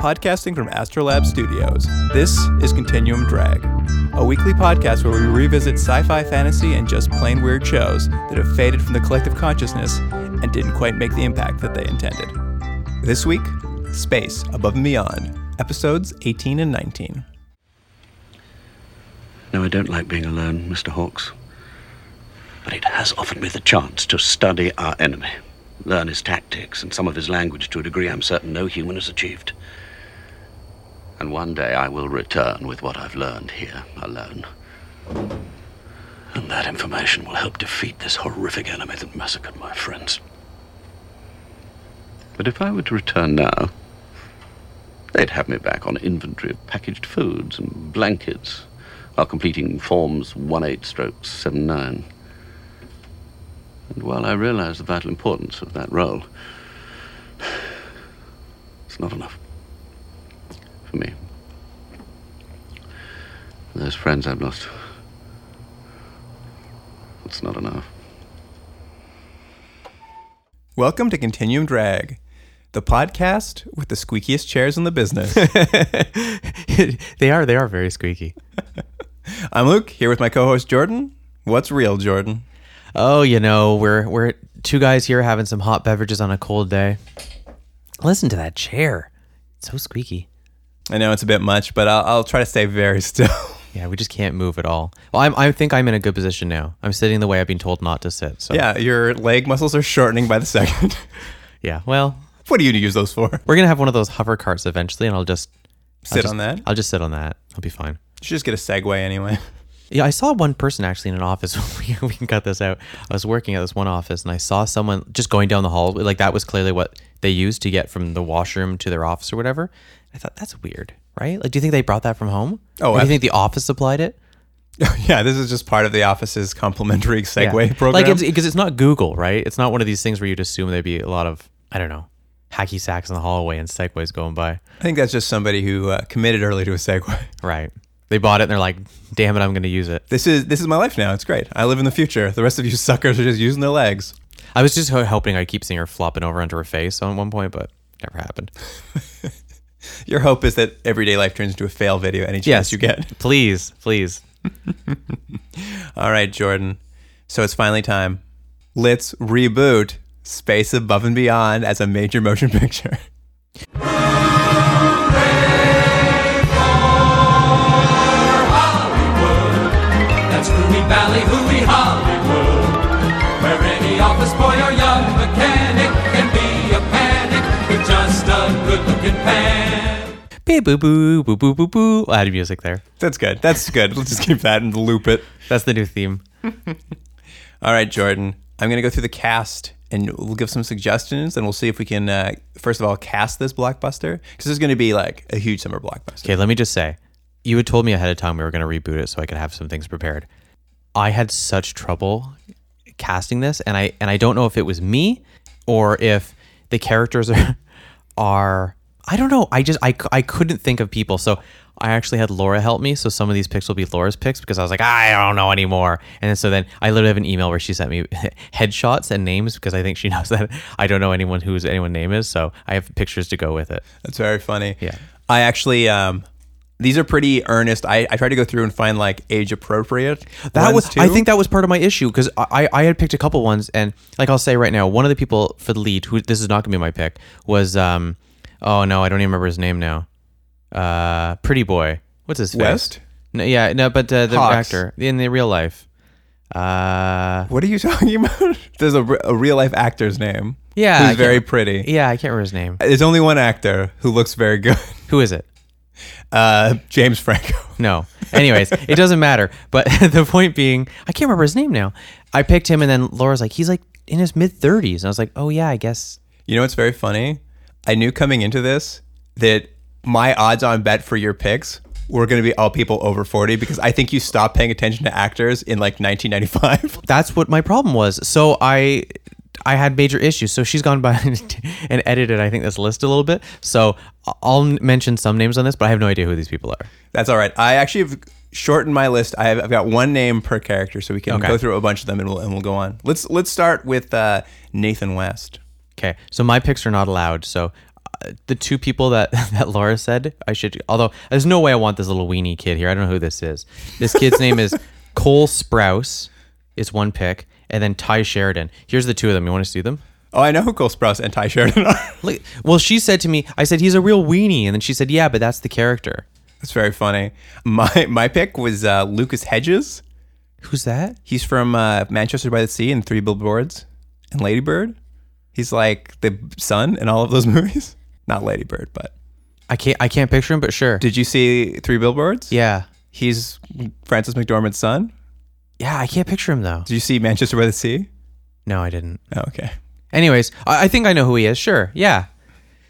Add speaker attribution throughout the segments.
Speaker 1: Podcasting from Astrolab Studios, this is Continuum Drag, a weekly podcast where we revisit sci fi fantasy and just plain weird shows that have faded from the collective consciousness and didn't quite make the impact that they intended. This week, Space Above and Beyond, episodes 18 and 19.
Speaker 2: No, I don't like being alone, Mr. Hawkes. But it has offered me the chance to study our enemy, learn his tactics and some of his language to a degree I'm certain no human has achieved. And one day I will return with what I've learned here alone. And that information will help defeat this horrific enemy that massacred my friends. But if I were to return now, they'd have me back on inventory of packaged foods and blankets while completing forms 1 8 strokes 7 9. And while I realize the vital importance of that role, it's not enough for me. For those friends I've lost, it's not enough.
Speaker 1: Welcome to Continuum Drag, the podcast with the squeakiest chairs in the business.
Speaker 3: they are. They are very squeaky.
Speaker 1: I'm Luke, here with my co host Jordan. What's real, Jordan?
Speaker 3: Oh, you know, we're we're two guys here having some hot beverages on a cold day. Listen to that chair. It's so squeaky.
Speaker 1: I know it's a bit much, but I'll, I'll try to stay very still.
Speaker 3: Yeah, we just can't move at all. Well, I'm, I think I'm in a good position now. I'm sitting the way I've been told not to sit. So
Speaker 1: yeah, your leg muscles are shortening by the second.
Speaker 3: yeah. Well,
Speaker 1: what do you use those for?
Speaker 3: we're gonna have one of those hover carts eventually, and I'll just I'll
Speaker 1: Sit
Speaker 3: just-
Speaker 1: on that? You
Speaker 3: I'll just sit on that. I'll be fine.
Speaker 1: should just get a Segway anyway.
Speaker 3: Yeah, I saw one person actually in an office. we, we can cut this out. I was working at this one office and I saw someone just going down the hall. Like that was clearly what they used to get from the washroom to their office or whatever. I thought that's weird, right? Like, do you think they brought that from home?
Speaker 1: Oh,
Speaker 3: Or do
Speaker 1: I-
Speaker 3: you think the office supplied it?
Speaker 1: yeah, this is just part of the office's complimentary Segway program.
Speaker 3: Like, because it's, not Google, right? It's not one of these things where you'd assume there'd be a lot of I don't know hacky sacks in the hallway and segways going by,
Speaker 1: I think that's just somebody who uh, committed early to a Segway.
Speaker 3: right? They bought it and they're like, "Damn it, I'm going to use it."
Speaker 1: This is this is my life now. It's great. I live in the future. The rest of you suckers are just using their legs.
Speaker 3: I was just ho- hoping I keep seeing her flopping over onto her face on one point, but never happened.
Speaker 1: Your hope is that everyday life turns into a fail video any chance you get.
Speaker 3: Please, please.
Speaker 1: All right, Jordan. So it's finally time. Let's reboot Space Above and Beyond as a major motion picture.
Speaker 4: That's Hooey Valley, Hooey Hollywood. Where any office boy or young mechanic can be a panic with just a good looking pan.
Speaker 3: Beep, boo boo boo boo boo boo. Add music there.
Speaker 1: That's good. That's good. Let's just keep that and loop it.
Speaker 3: That's the new theme.
Speaker 1: All right, Jordan. I'm going to go through the cast and we'll give some suggestions and we'll see if we can, uh, first of all, cast this blockbuster because this is going to be like a huge summer blockbuster.
Speaker 3: Okay, let me just say, you had told me ahead of time we were going to reboot it, so I could have some things prepared. I had such trouble casting this, and I and I don't know if it was me or if the characters are are I don't know. I just I, c- I couldn't think of people, so I actually had Laura help me. So some of these picks will be Laura's picks because I was like I don't know anymore, and so then I literally have an email where she sent me headshots and names because I think she knows that I don't know anyone whose anyone name is. So I have pictures to go with it.
Speaker 1: That's very funny.
Speaker 3: Yeah.
Speaker 1: I actually, um, these are pretty earnest. I, I tried to go through and find like age appropriate.
Speaker 3: That was,
Speaker 1: too.
Speaker 3: I think that was part of my issue because I, I had picked a couple ones, and like I'll say right now, one of the people for the lead, who this is not gonna be my pick, was um, oh no, I don't even remember his name now. Uh, Pretty Boy, what's his face?
Speaker 1: West?
Speaker 3: No, yeah, no, but uh, the
Speaker 1: Hawks.
Speaker 3: actor in the real life. Uh,
Speaker 1: What are you talking about? There's a, re- a real life actor's name.
Speaker 3: Yeah, I
Speaker 1: Who's
Speaker 3: can't-
Speaker 1: very pretty.
Speaker 3: yeah, I can't remember his name.
Speaker 1: There's only one actor who looks very good.
Speaker 3: Who is it?
Speaker 1: Uh, James Franco.
Speaker 3: No. Anyways, it doesn't matter. But the point being, I can't remember his name now. I picked him, and then Laura's like, he's like in his mid thirties, and I was like, oh yeah, I guess.
Speaker 1: You know what's very funny? I knew coming into this that my odds on bet for your picks were going to be all people over 40 because I think you stopped paying attention to actors in like 1995.
Speaker 3: that's what my problem was. So I I had major issues. So she's gone by and edited I think this list a little bit. So I'll mention some names on this, but I have no idea who these people are.
Speaker 1: That's all right. I actually have shorten my list. I have, I've got one name per character, so we can
Speaker 3: Okay.
Speaker 1: go through a bunch of them and we'll and we'll go on. Let's let's start with uh, Nathan West.
Speaker 3: Okay, so my picks are not allowed. So uh, the two people that that Laura said I should, although there's no way I want this little weenie kid here. I don't know who this is. This kid's name is Cole Sprouse. Is one pick, and then Ty Sheridan. Here's the two of them. You want to see them?
Speaker 1: Oh, I know who Cole Sprouse and Ty Sheridan are.
Speaker 3: Look, well, she said to me, I said he's a real weenie, and then she said, yeah, but that's the character.
Speaker 1: That's very funny. My my pick was uh, Lucas Hedges.
Speaker 3: Who's that?
Speaker 1: He's from uh, Manchester by the Sea and Three Billboards and Ladybird. He's like the son in all of those movies. Not Ladybird, but
Speaker 3: I can't I can't picture him, but sure.
Speaker 1: did you see Three Billboards?
Speaker 3: yeah,
Speaker 1: He's Francis McDormand's son.
Speaker 3: yeah, I can't picture him though.
Speaker 1: Did you see Manchester by the Sea?
Speaker 3: No, I didn't.
Speaker 1: Oh, okay.
Speaker 3: Anyways, I, I think I know who he is. Sure, yeah.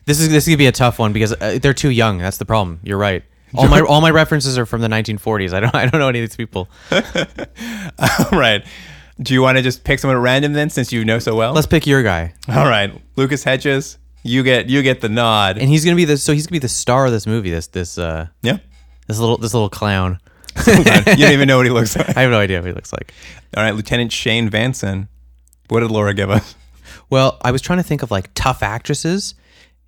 Speaker 3: This is this is gonna be a tough one because uh, they're too young. That's the problem. You're right. All my all my references are from the 1940s. I don't I don't know any of these people.
Speaker 1: All right. Do you want to just pick someone at random then, since you know so well?
Speaker 3: Let's pick your guy,
Speaker 1: All right, Lucas Hedges, you get you get the nod.
Speaker 3: and he's gonna be the so he's gonna be the star of this movie. This this uh
Speaker 1: yeah.
Speaker 3: this little this little clown.
Speaker 1: Hold on. you don't even know what he looks like.
Speaker 3: I have no idea what he looks like.
Speaker 1: All right, Lieutenant Shane Vanson. What did Laura give us?
Speaker 3: Well, I was trying to think of like tough actresses,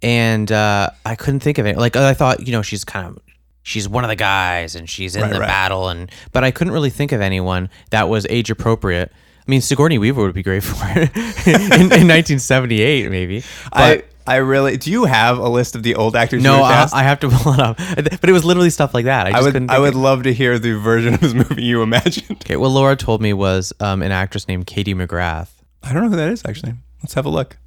Speaker 3: and uh, I couldn't think of it. Like I thought, you know, she's kind of she's one of the guys, and she's in
Speaker 1: Right,
Speaker 3: the
Speaker 1: right.
Speaker 3: battle, and but I couldn't really think of anyone that was age appropriate. I mean, Sigourney Weaver would be great for it in, in 1978, maybe. But
Speaker 1: I I really do. You have a list of the old actors? you
Speaker 3: no,
Speaker 1: were
Speaker 3: I,
Speaker 1: cast?
Speaker 3: I have to pull it up. But it was literally stuff like that. I just
Speaker 1: I
Speaker 3: couldn't.
Speaker 1: would
Speaker 3: Think
Speaker 1: I would
Speaker 3: Of,
Speaker 1: love to hear the version of this movie you imagined.
Speaker 3: okay, what Laura told me was um, an actress named Katie McGrath.
Speaker 1: I don't know who that is actually. Let's have a look.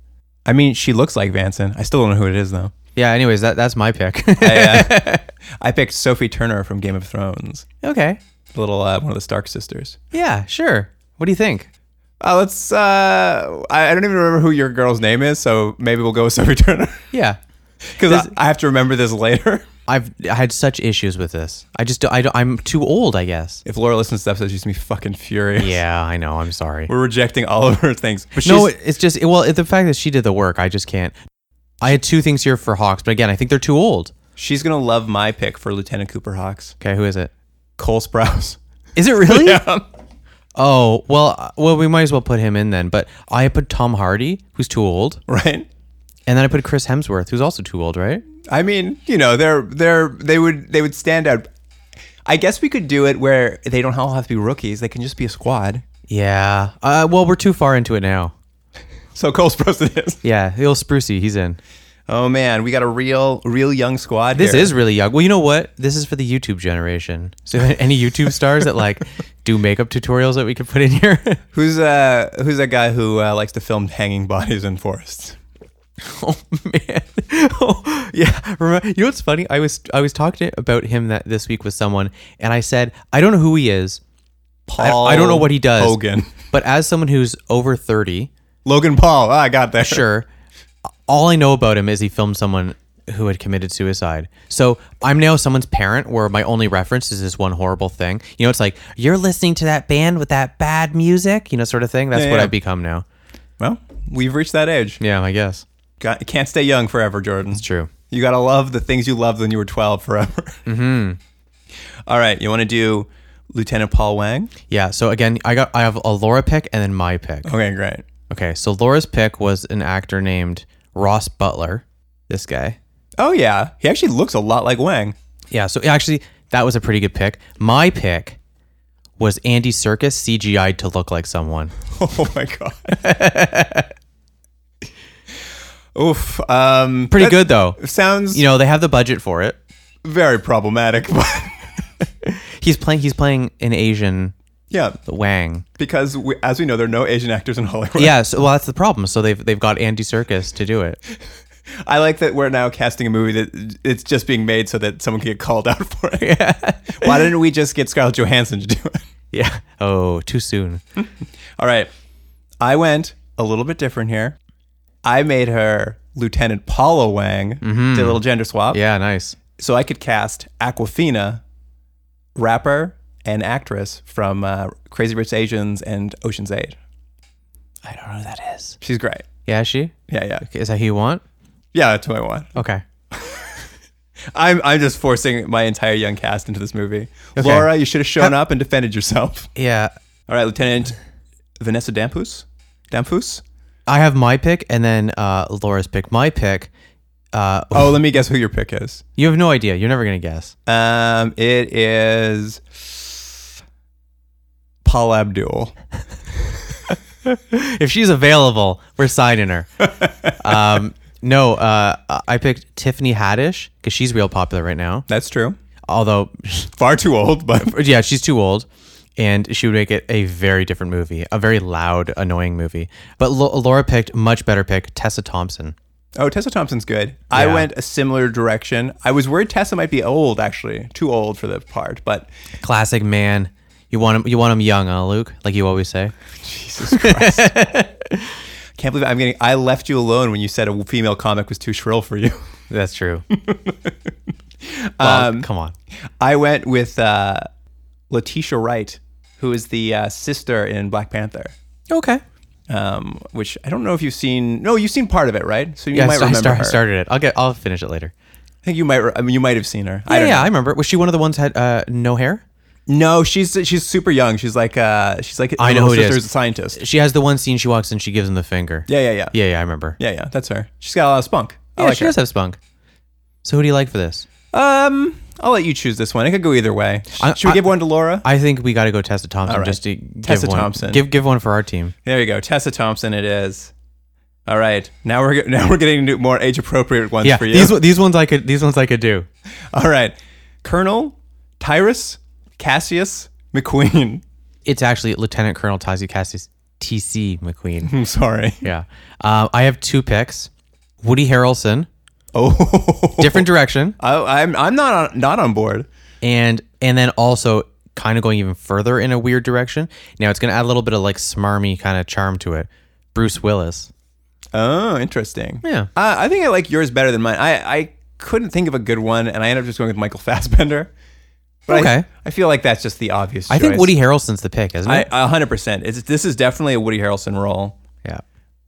Speaker 1: I mean, she looks like Vanson. I still don't know who it is though.
Speaker 3: Yeah. Anyways, that that's my pick.
Speaker 1: I, uh, I picked Sophie Turner from Game of Thrones,
Speaker 3: okay.
Speaker 1: the little uh, one of the Stark sisters.
Speaker 3: Yeah. Sure. What do you think?
Speaker 1: Uh, let's. Uh, I, I don't even remember who your girl's name is, so maybe we'll go with Sophie Turner
Speaker 3: Yeah.
Speaker 1: because I, I have to remember this later.
Speaker 3: I've I had such issues with this. I just don't- I don't, I'm too old, I guess.
Speaker 1: If Laura listens to this episode, she's gonna be fucking furious.
Speaker 3: Yeah, I know. I'm sorry.
Speaker 1: we're rejecting all of her things. But she's,
Speaker 3: No, it's just well, it- the fact that she did the work, I just can't. I had two things here for Hawks, but again, I think they're too old.
Speaker 1: she's gonna love my pick for Lieutenant Cooper Hawks,
Speaker 3: Okay, who is it?
Speaker 1: Cole Sprouse.
Speaker 3: Is it really?
Speaker 1: Yeah.
Speaker 3: Oh well, uh, well we might as well put him in then. But I put Tom Hardy, who's too old,
Speaker 1: right?
Speaker 3: and then I put Chris Hemsworth, who's also too old, right?
Speaker 1: I mean, you know, they're they're they would they would stand out. I guess we could do it where they don't all have to be rookies; they can just be a squad.
Speaker 3: Yeah. Uh, well, we're too far into it now.
Speaker 1: So Cole Sprouse it is.
Speaker 3: Yeah, the old Sprucey, he's in.
Speaker 1: Oh man, we got a real real young squad.
Speaker 3: This
Speaker 1: here.
Speaker 3: is really young. Well, you know what? This is for the YouTube generation. So any YouTube stars that like do makeup tutorials that we could put in here?
Speaker 1: Who's uh who's that guy who uh, likes to film hanging bodies in forests?
Speaker 3: oh man. Oh, yeah. Remember, you know what's funny? I was I was talking about him that this week with someone and I said, I don't know who he is. I, I don't know what he does.
Speaker 1: Hogan.
Speaker 3: But as someone who's over 30,
Speaker 1: Logan Paul. Ah, I got that.
Speaker 3: sure. All I know about him is he filmed someone who had committed suicide. So I'm now someone's parent where my only reference is this one horrible thing. You know, it's like, you're listening to that band with that bad music, you know, sort of thing. That's
Speaker 1: Yeah,
Speaker 3: what
Speaker 1: yeah.
Speaker 3: I've become now.
Speaker 1: Well, we've reached that age.
Speaker 3: Yeah, I guess.
Speaker 1: Got, can't stay young forever, Jordan. It's
Speaker 3: True.
Speaker 1: You gotta love the things you loved when you were twelve forever. Mm-hmm. All right, you want to do Lieutenant Paul Wang?
Speaker 3: Yeah. So again, I got I have a Laura pick and then my pick.
Speaker 1: Okay, great.
Speaker 3: Okay. So Laura's pick was an actor named Ross Butler. This guy.
Speaker 1: Oh yeah, he actually looks a lot like Wang.
Speaker 3: Yeah. So actually, that was a pretty good pick. My pick was Andy Circus CGI'd to look like someone.
Speaker 1: Oh my god. Oof. Um,
Speaker 3: Pretty
Speaker 1: that
Speaker 3: good though.
Speaker 1: Sounds
Speaker 3: You know, they have the budget for it.
Speaker 1: very problematic, but
Speaker 3: He's playing. He's playing an Asian
Speaker 1: yeah,
Speaker 3: Wang.
Speaker 1: because we, as we know, there are no Asian actors in Hollywood.
Speaker 3: Yeah. So well, that's the problem. So they've they've got Andy Circus to do it.
Speaker 1: I like that we're now casting a movie that it's just being made so that someone can get called out for it. Yeah. Why didn't we just get Scarlett Johansson to do it?
Speaker 3: Yeah. Oh, too soon.
Speaker 1: All right. I went a little bit different here. I made her Lieutenant Paula Wang,
Speaker 3: Mm-hmm.
Speaker 1: did a little gender swap.
Speaker 3: Yeah. Nice.
Speaker 1: So I could cast Aquafina, rapper and actress from uh, Crazy Rich Asians and Ocean's Eight.
Speaker 3: I don't know who that is.
Speaker 1: She's great.
Speaker 3: Yeah. Is she.
Speaker 1: Yeah, yeah.
Speaker 3: Is that who you want?
Speaker 1: Yeah, that's who I want.
Speaker 3: Okay.
Speaker 1: I'm I'm just forcing my entire young cast into this movie.
Speaker 3: Okay.
Speaker 1: Laura, you should have shown up and defended yourself.
Speaker 3: Yeah.
Speaker 1: All right, Lieutenant Vanessa Dampus. Dampus.
Speaker 3: I have my pick and then uh, Laura's pick. My pick. Uh,
Speaker 1: Oh, let me guess who your pick is.
Speaker 3: You have no idea. You're never going to guess.
Speaker 1: Um, it is Paul Abdul.
Speaker 3: If she's available, we're signing her. um, no, uh, I picked Tiffany Haddish because she's real popular right now.
Speaker 1: That's true.
Speaker 3: Although,
Speaker 1: Far too old, but
Speaker 3: yeah, she's too old. And she would make it a very different movie, a very loud, annoying movie. But Lo- Laura picked much better pick, Tessa Thompson.
Speaker 1: oh, Tessa Thompson's good. I
Speaker 3: Yeah.
Speaker 1: went a similar direction. I was worried Tessa might be old, actually, too old for the part. But
Speaker 3: Classic man. You want him. You want him young, huh, Luke? Like you always say.
Speaker 1: Jesus Christ, can't believe I'm getting. I left you alone when you said a female comic was too shrill for you.
Speaker 3: That's true.
Speaker 1: Um,
Speaker 3: Well, come on.
Speaker 1: I went with uh, Letitia Wright, who is the uh, sister in Black Panther.
Speaker 3: Okay.
Speaker 1: Um, which I don't know if you've seen. No, you've seen part of it, right? So you
Speaker 3: Yeah,
Speaker 1: might
Speaker 3: I, sta- I
Speaker 1: remember
Speaker 3: sta- I
Speaker 1: her.
Speaker 3: started it. I'll get. I'll finish it later.
Speaker 1: I think you might. re- I mean, you might have seen her. I
Speaker 3: yeah,
Speaker 1: don't
Speaker 3: yeah,
Speaker 1: know.
Speaker 3: I remember. Was she one of the ones that had uh, no hair?
Speaker 1: No, she's she's super young. She's like uh, she's like
Speaker 3: I
Speaker 1: her
Speaker 3: know
Speaker 1: little
Speaker 3: who it
Speaker 1: sister's
Speaker 3: is.
Speaker 1: a scientist.
Speaker 3: She has the one scene she walks in, she gives him the finger.
Speaker 1: Yeah, yeah, yeah,
Speaker 3: yeah, yeah. I remember.
Speaker 1: yeah, yeah. That's her. She's got a lot of spunk. I
Speaker 3: Yeah,
Speaker 1: like
Speaker 3: she
Speaker 1: her.
Speaker 3: does have spunk. So who do you like for this?
Speaker 1: um, I'll let you choose this one. It could go either way. Sh-
Speaker 3: I-
Speaker 1: Should we
Speaker 3: I-
Speaker 1: give one to Laura?
Speaker 3: I think we got to go Tessa Thompson
Speaker 1: All right.
Speaker 3: just to
Speaker 1: Tessa
Speaker 3: give one.
Speaker 1: Thompson.
Speaker 3: Give give one for our team.
Speaker 1: there you go, Tessa Thompson. It is. All right, now we're ge- now we're getting into more age appropriate ones
Speaker 3: Yeah,
Speaker 1: for you.
Speaker 3: these o- these ones I could these ones I could do.
Speaker 1: All right, Colonel Tyrus Cassius McQueen.
Speaker 3: It's actually Lieutenant Colonel Tazi Cassis TC McQueen.
Speaker 1: I'm sorry.
Speaker 3: yeah, uh, I have two picks. Woody Harrelson,
Speaker 1: Oh,
Speaker 3: different direction,
Speaker 1: I, I'm I'm not on, not on board.
Speaker 3: and and then also kind of going even further in a weird direction. Now it's going to add a little bit of like smarmy kind of charm to it. Bruce Willis.
Speaker 1: Oh, interesting.
Speaker 3: Yeah.
Speaker 1: Uh, I think I like yours better than mine. I, I couldn't think of a good one, and I ended up just going with Michael Fassbender. But I-
Speaker 3: Okay.
Speaker 1: I feel like that's just the obvious.
Speaker 3: I think
Speaker 1: choice.
Speaker 3: Woody Harrelson's the pick, isn't
Speaker 1: I
Speaker 3: it?
Speaker 1: a hundred percent. It's this is definitely a Woody Harrelson role.
Speaker 3: yeah.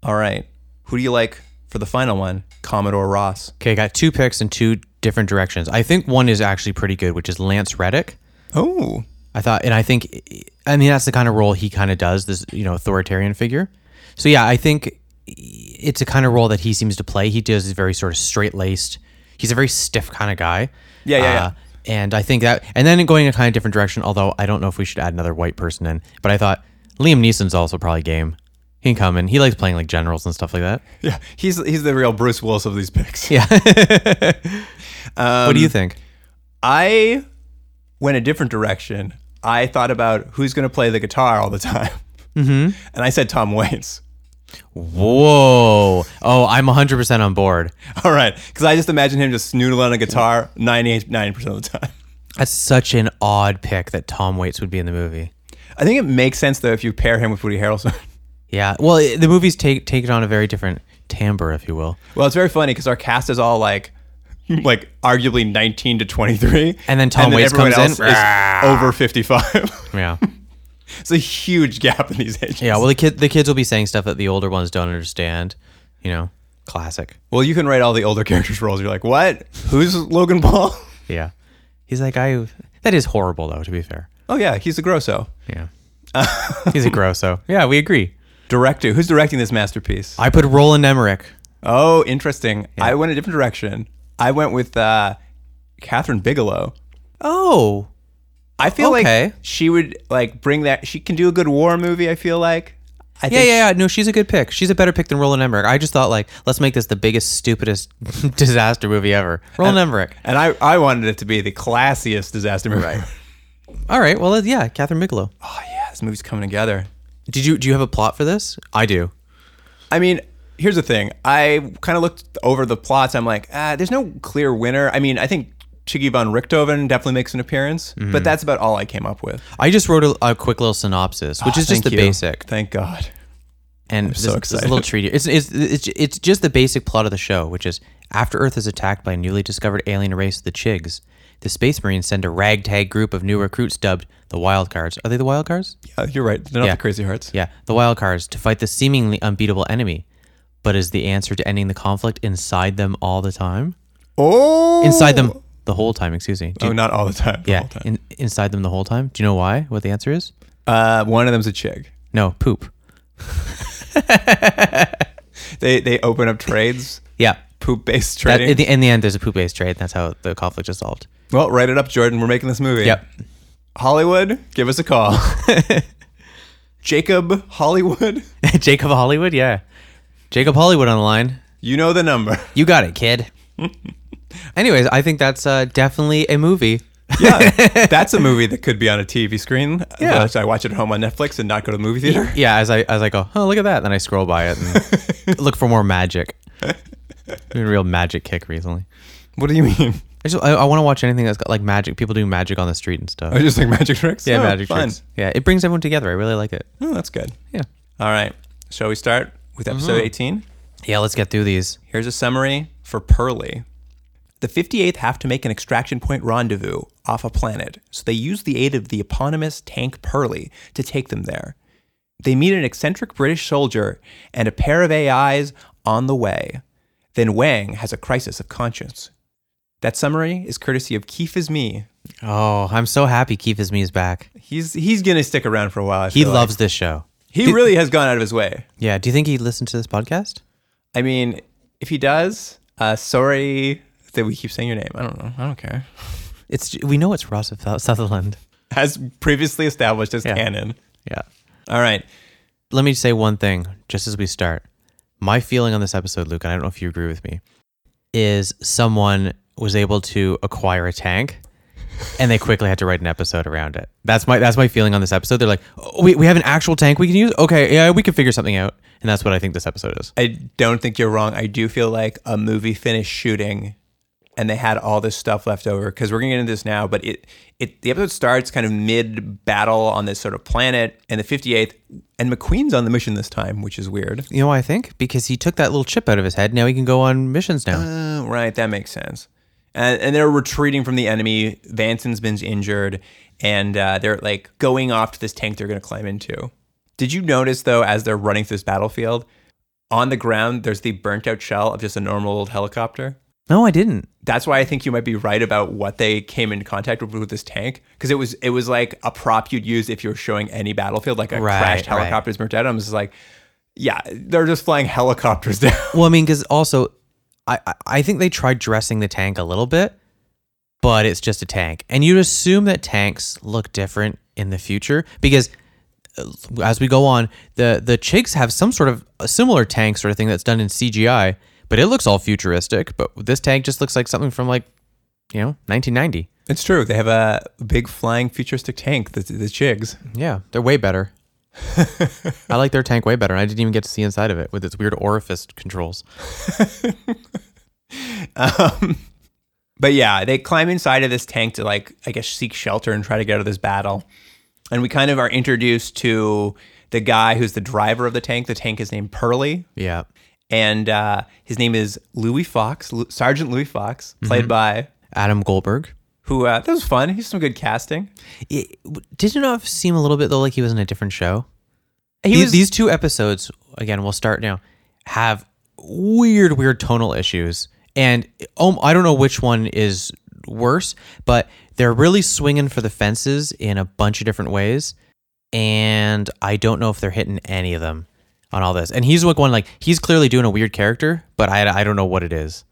Speaker 1: All right. Who do you like for the final one? Commodore Ross.
Speaker 3: Okay, I got two picks in two different directions. I think one is actually pretty good, which is Lance Reddick.
Speaker 1: Oh.
Speaker 3: I thought, and I think, I mean, that's the kind of role he kind of does, this, you know, authoritarian figure. So, yeah, I think it's a kind of role that he seems to play. He does is very sort of straight laced. He's a very stiff kind of guy. Uh,
Speaker 1: Yeah, yeah,
Speaker 3: And I think that, and then going a kind of different direction, although I don't know if we should add another white person in, but I thought Liam Neeson's also probably game. He can come in. He likes playing like generals and stuff like that.
Speaker 1: Yeah. He's he's the real Bruce Willis of these picks.
Speaker 3: Yeah. what
Speaker 1: Um,
Speaker 3: do you think?
Speaker 1: I went a different direction. I thought about who's going to play the guitar all the time, mm-hmm. and I said Tom Waits.
Speaker 3: Whoa. Oh, I'm 100% on board.
Speaker 1: All right, because I just imagine him just snoodling on a guitar 99 percent of the time.
Speaker 3: That's such an odd pick that Tom Waits would be in the movie.
Speaker 1: I think it makes sense though if you pair him with Woody Harrelson.
Speaker 3: Yeah. Well, it, the movie's take taken on a very different timbre, if you will.
Speaker 1: well, it's very funny because our cast is all like, like arguably 19 to 23,
Speaker 3: And then Tom Waits
Speaker 1: everyone
Speaker 3: comes in. Ah.
Speaker 1: else is over 55.
Speaker 3: Yeah.
Speaker 1: it's a huge gap in these ages.
Speaker 3: Yeah. Well, the kid the kids will be saying stuff that the older ones don't understand. You know, classic.
Speaker 1: Well, you can write all the older characters' roles. You're like, what? Who's Logan Paul?
Speaker 3: Yeah. He's that guy. Who, that is horrible, though. To be fair.
Speaker 1: Oh yeah, he's a Grosso
Speaker 3: Yeah. He's a grosso. Yeah, we agree.
Speaker 1: director. Who's directing this masterpiece?
Speaker 3: I put Roland Emmerich.
Speaker 1: Oh, interesting. I went a different direction. I went with uh, Catherine Bigelow.
Speaker 3: Oh.
Speaker 1: I feel
Speaker 3: Okay.
Speaker 1: like she would like bring that. She can do a good war movie. I feel like. I
Speaker 3: Yeah,
Speaker 1: think
Speaker 3: yeah, yeah. No, she's a good pick. She's a better pick than Roland Emmerich. I just thought like, let's make this the biggest, stupidest disaster movie ever. Uh, Roland Emmerich.
Speaker 1: And I, I wanted it to be the classiest disaster movie. Right.
Speaker 3: All right. Well, uh, yeah, Catherine Bigelow.
Speaker 1: oh yeah, this movie's coming together.
Speaker 3: Did you do you have a plot for this? I do.
Speaker 1: I mean, here's the thing. I kind of looked over the plots. I'm like, ah, there's no clear winner. I mean, I think Chiggy von Richthofen definitely makes an appearance, but that's about all I came up with.
Speaker 3: I just wrote a, a quick little synopsis, which is just
Speaker 1: Ah, Thank
Speaker 3: the
Speaker 1: you.
Speaker 3: basic.
Speaker 1: Thank God.
Speaker 3: And this,
Speaker 1: so
Speaker 3: this is a
Speaker 1: excited.
Speaker 3: little treaty. It's, it's it's it's just the basic plot of the show, which is after Earth is attacked by a newly discovered alien race, the Chigs. The Space Marines send a ragtag group of new recruits dubbed the Wildcards. Are they the Wildcards?
Speaker 1: Yeah, you're right. They're not
Speaker 3: Yeah.
Speaker 1: the crazy hearts.
Speaker 3: Yeah, the Wildcards to fight the seemingly unbeatable enemy. But is the answer to ending the conflict inside them all the time?
Speaker 1: Oh,
Speaker 3: inside them the whole time. Excuse me. Do
Speaker 1: Oh,
Speaker 3: you-
Speaker 1: not all the time. the
Speaker 3: yeah,
Speaker 1: whole time.
Speaker 3: In, inside them the whole time. Do you know why? What the answer is?
Speaker 1: uh, one of them's a chick.
Speaker 3: No, poop.
Speaker 1: They they open up trades,
Speaker 3: Yeah.
Speaker 1: poop based
Speaker 3: That,
Speaker 1: trading.
Speaker 3: in, the, in the end, there's a poop based trade. and That's how the conflict is solved.
Speaker 1: well, write it up, Jordan. We're making this movie. Hollywood, give us a call. Jacob Hollywood,
Speaker 3: Jacob Hollywood. Yeah. Jacob Hollywood on the line.
Speaker 1: you know the number.
Speaker 3: You got it, kid. Anyways, I think that's uh, definitely a movie.
Speaker 1: Yeah, that's a movie that could be on a TV screen.
Speaker 3: Yeah.
Speaker 1: Uh, so I watch it at home on Netflix and not go to the movie theater.
Speaker 3: Yeah, as I as I go, oh look at that, then I scroll by it and look for more magic. Doing a real magic kick recently.
Speaker 1: What do you mean?
Speaker 3: I just I, I want to watch anything that's got like magic. People doing magic on the street and stuff.
Speaker 1: I just like magic tricks.
Speaker 3: yeah,
Speaker 1: Oh,
Speaker 3: magic
Speaker 1: fun.
Speaker 3: tricks. Yeah, it brings everyone together. I really like it.
Speaker 1: Oh, that's good.
Speaker 3: Yeah.
Speaker 1: All right, shall we start with episode 18?
Speaker 3: Yeah, let's get through these.
Speaker 1: Here's a summary for Pearly. The 58th have to make an extraction point rendezvous off a planet, so they use the aid of the eponymous tank Pearly to take them there. They meet an eccentric British soldier and a pair of AIs on the way. Then Wang has a crisis of conscience. That summary is courtesy of Keef is me.
Speaker 3: Oh, I'm so happy Keith is me is back.
Speaker 1: He's he's gonna stick around for a while. I
Speaker 3: He
Speaker 1: feel like.
Speaker 3: loves this show.
Speaker 1: He really has gone out of his way.
Speaker 3: Yeah, do you think he listened to this podcast?
Speaker 1: I mean, if he does, uh, sorry that we keep saying your name. I don't know. I don't care.
Speaker 3: It's we know it's Ross of Thou- Sutherland.
Speaker 1: as previously established as
Speaker 3: Yeah.
Speaker 1: canon.
Speaker 3: Yeah.
Speaker 1: All right.
Speaker 3: Let me say one thing just as we start. My feeling on this episode, Luke, and I don't know if you agree with me, is someone was able to acquire a tank and they quickly had to write an episode around it. That's my that's my feeling on this episode. They're like, oh, we, we have an actual tank we can use? Okay, yeah, we can figure something out. And that's what I think this episode is.
Speaker 1: I don't think you're wrong. I do feel like a movie finished shooting and they had all this stuff left over because we're going to get into this now, but it, it the episode starts kind of mid battle on this sort of planet and the 58th and McQueen's on the mission this time, which is weird.
Speaker 3: You know why I think? Because he took that little chip out of his head. Now he can go on missions now.
Speaker 1: Uh, right, that makes sense. And, and they're retreating from the enemy. Vanson's been injured, and uh, they're like going off to this tank they're going to climb into. Did you notice though, as they're running through this battlefield, on the ground there's the burnt out shell of just a normal old helicopter?
Speaker 3: no, I didn't.
Speaker 1: That's why I think you might be right about what they came into contact with with this tank, because it was it was like a prop you'd use if you were showing any battlefield, like a
Speaker 3: Right,
Speaker 1: crashed
Speaker 3: right.
Speaker 1: helicopter is burnt out. I'm just like, yeah, they're just flying helicopters down.
Speaker 3: Well, I mean, because also, I, I- I think they tried dressing the tank a little bit, but it's just a tank, and you'd assume that tanks look different in the future because uh, as we go on, the the Chigs have some sort of a similar tank sort of thing that's done in CGI, but it looks all futuristic. But this tank just looks like something from like, you know, 1990.
Speaker 1: It's true. They have a big flying futuristic tank, the, the Chigs.
Speaker 3: Yeah, they're way better. I like their tank way better. and I didn't even get to see inside of it with its weird orifice controls.
Speaker 1: But yeah, they climb inside of this tank to, like, I guess, seek shelter and try to get out of this battle. And we kind of are introduced to the guy who's the driver of the tank. The tank is named Pearly,
Speaker 3: Yeah,
Speaker 1: and uh, his name is Louis Fox, Lu- Sergeant Louis Fox, played
Speaker 3: Mm-hmm.
Speaker 1: by
Speaker 3: Adam Goldberg.
Speaker 1: who? Uh, that was fun. He's some good casting.
Speaker 3: It, w- did it not seem a little bit though like he was in a different show?
Speaker 1: He
Speaker 3: these,
Speaker 1: was-
Speaker 3: these two episodes again. We'll start now. Have weird, weird tonal issues, and um, I don't know which one is worse, but they're really swinging for the fences in a bunch of different ways, and I don't know if they're hitting any of them on all this. And he's like one like he's clearly doing a weird character, but I I don't know what it is.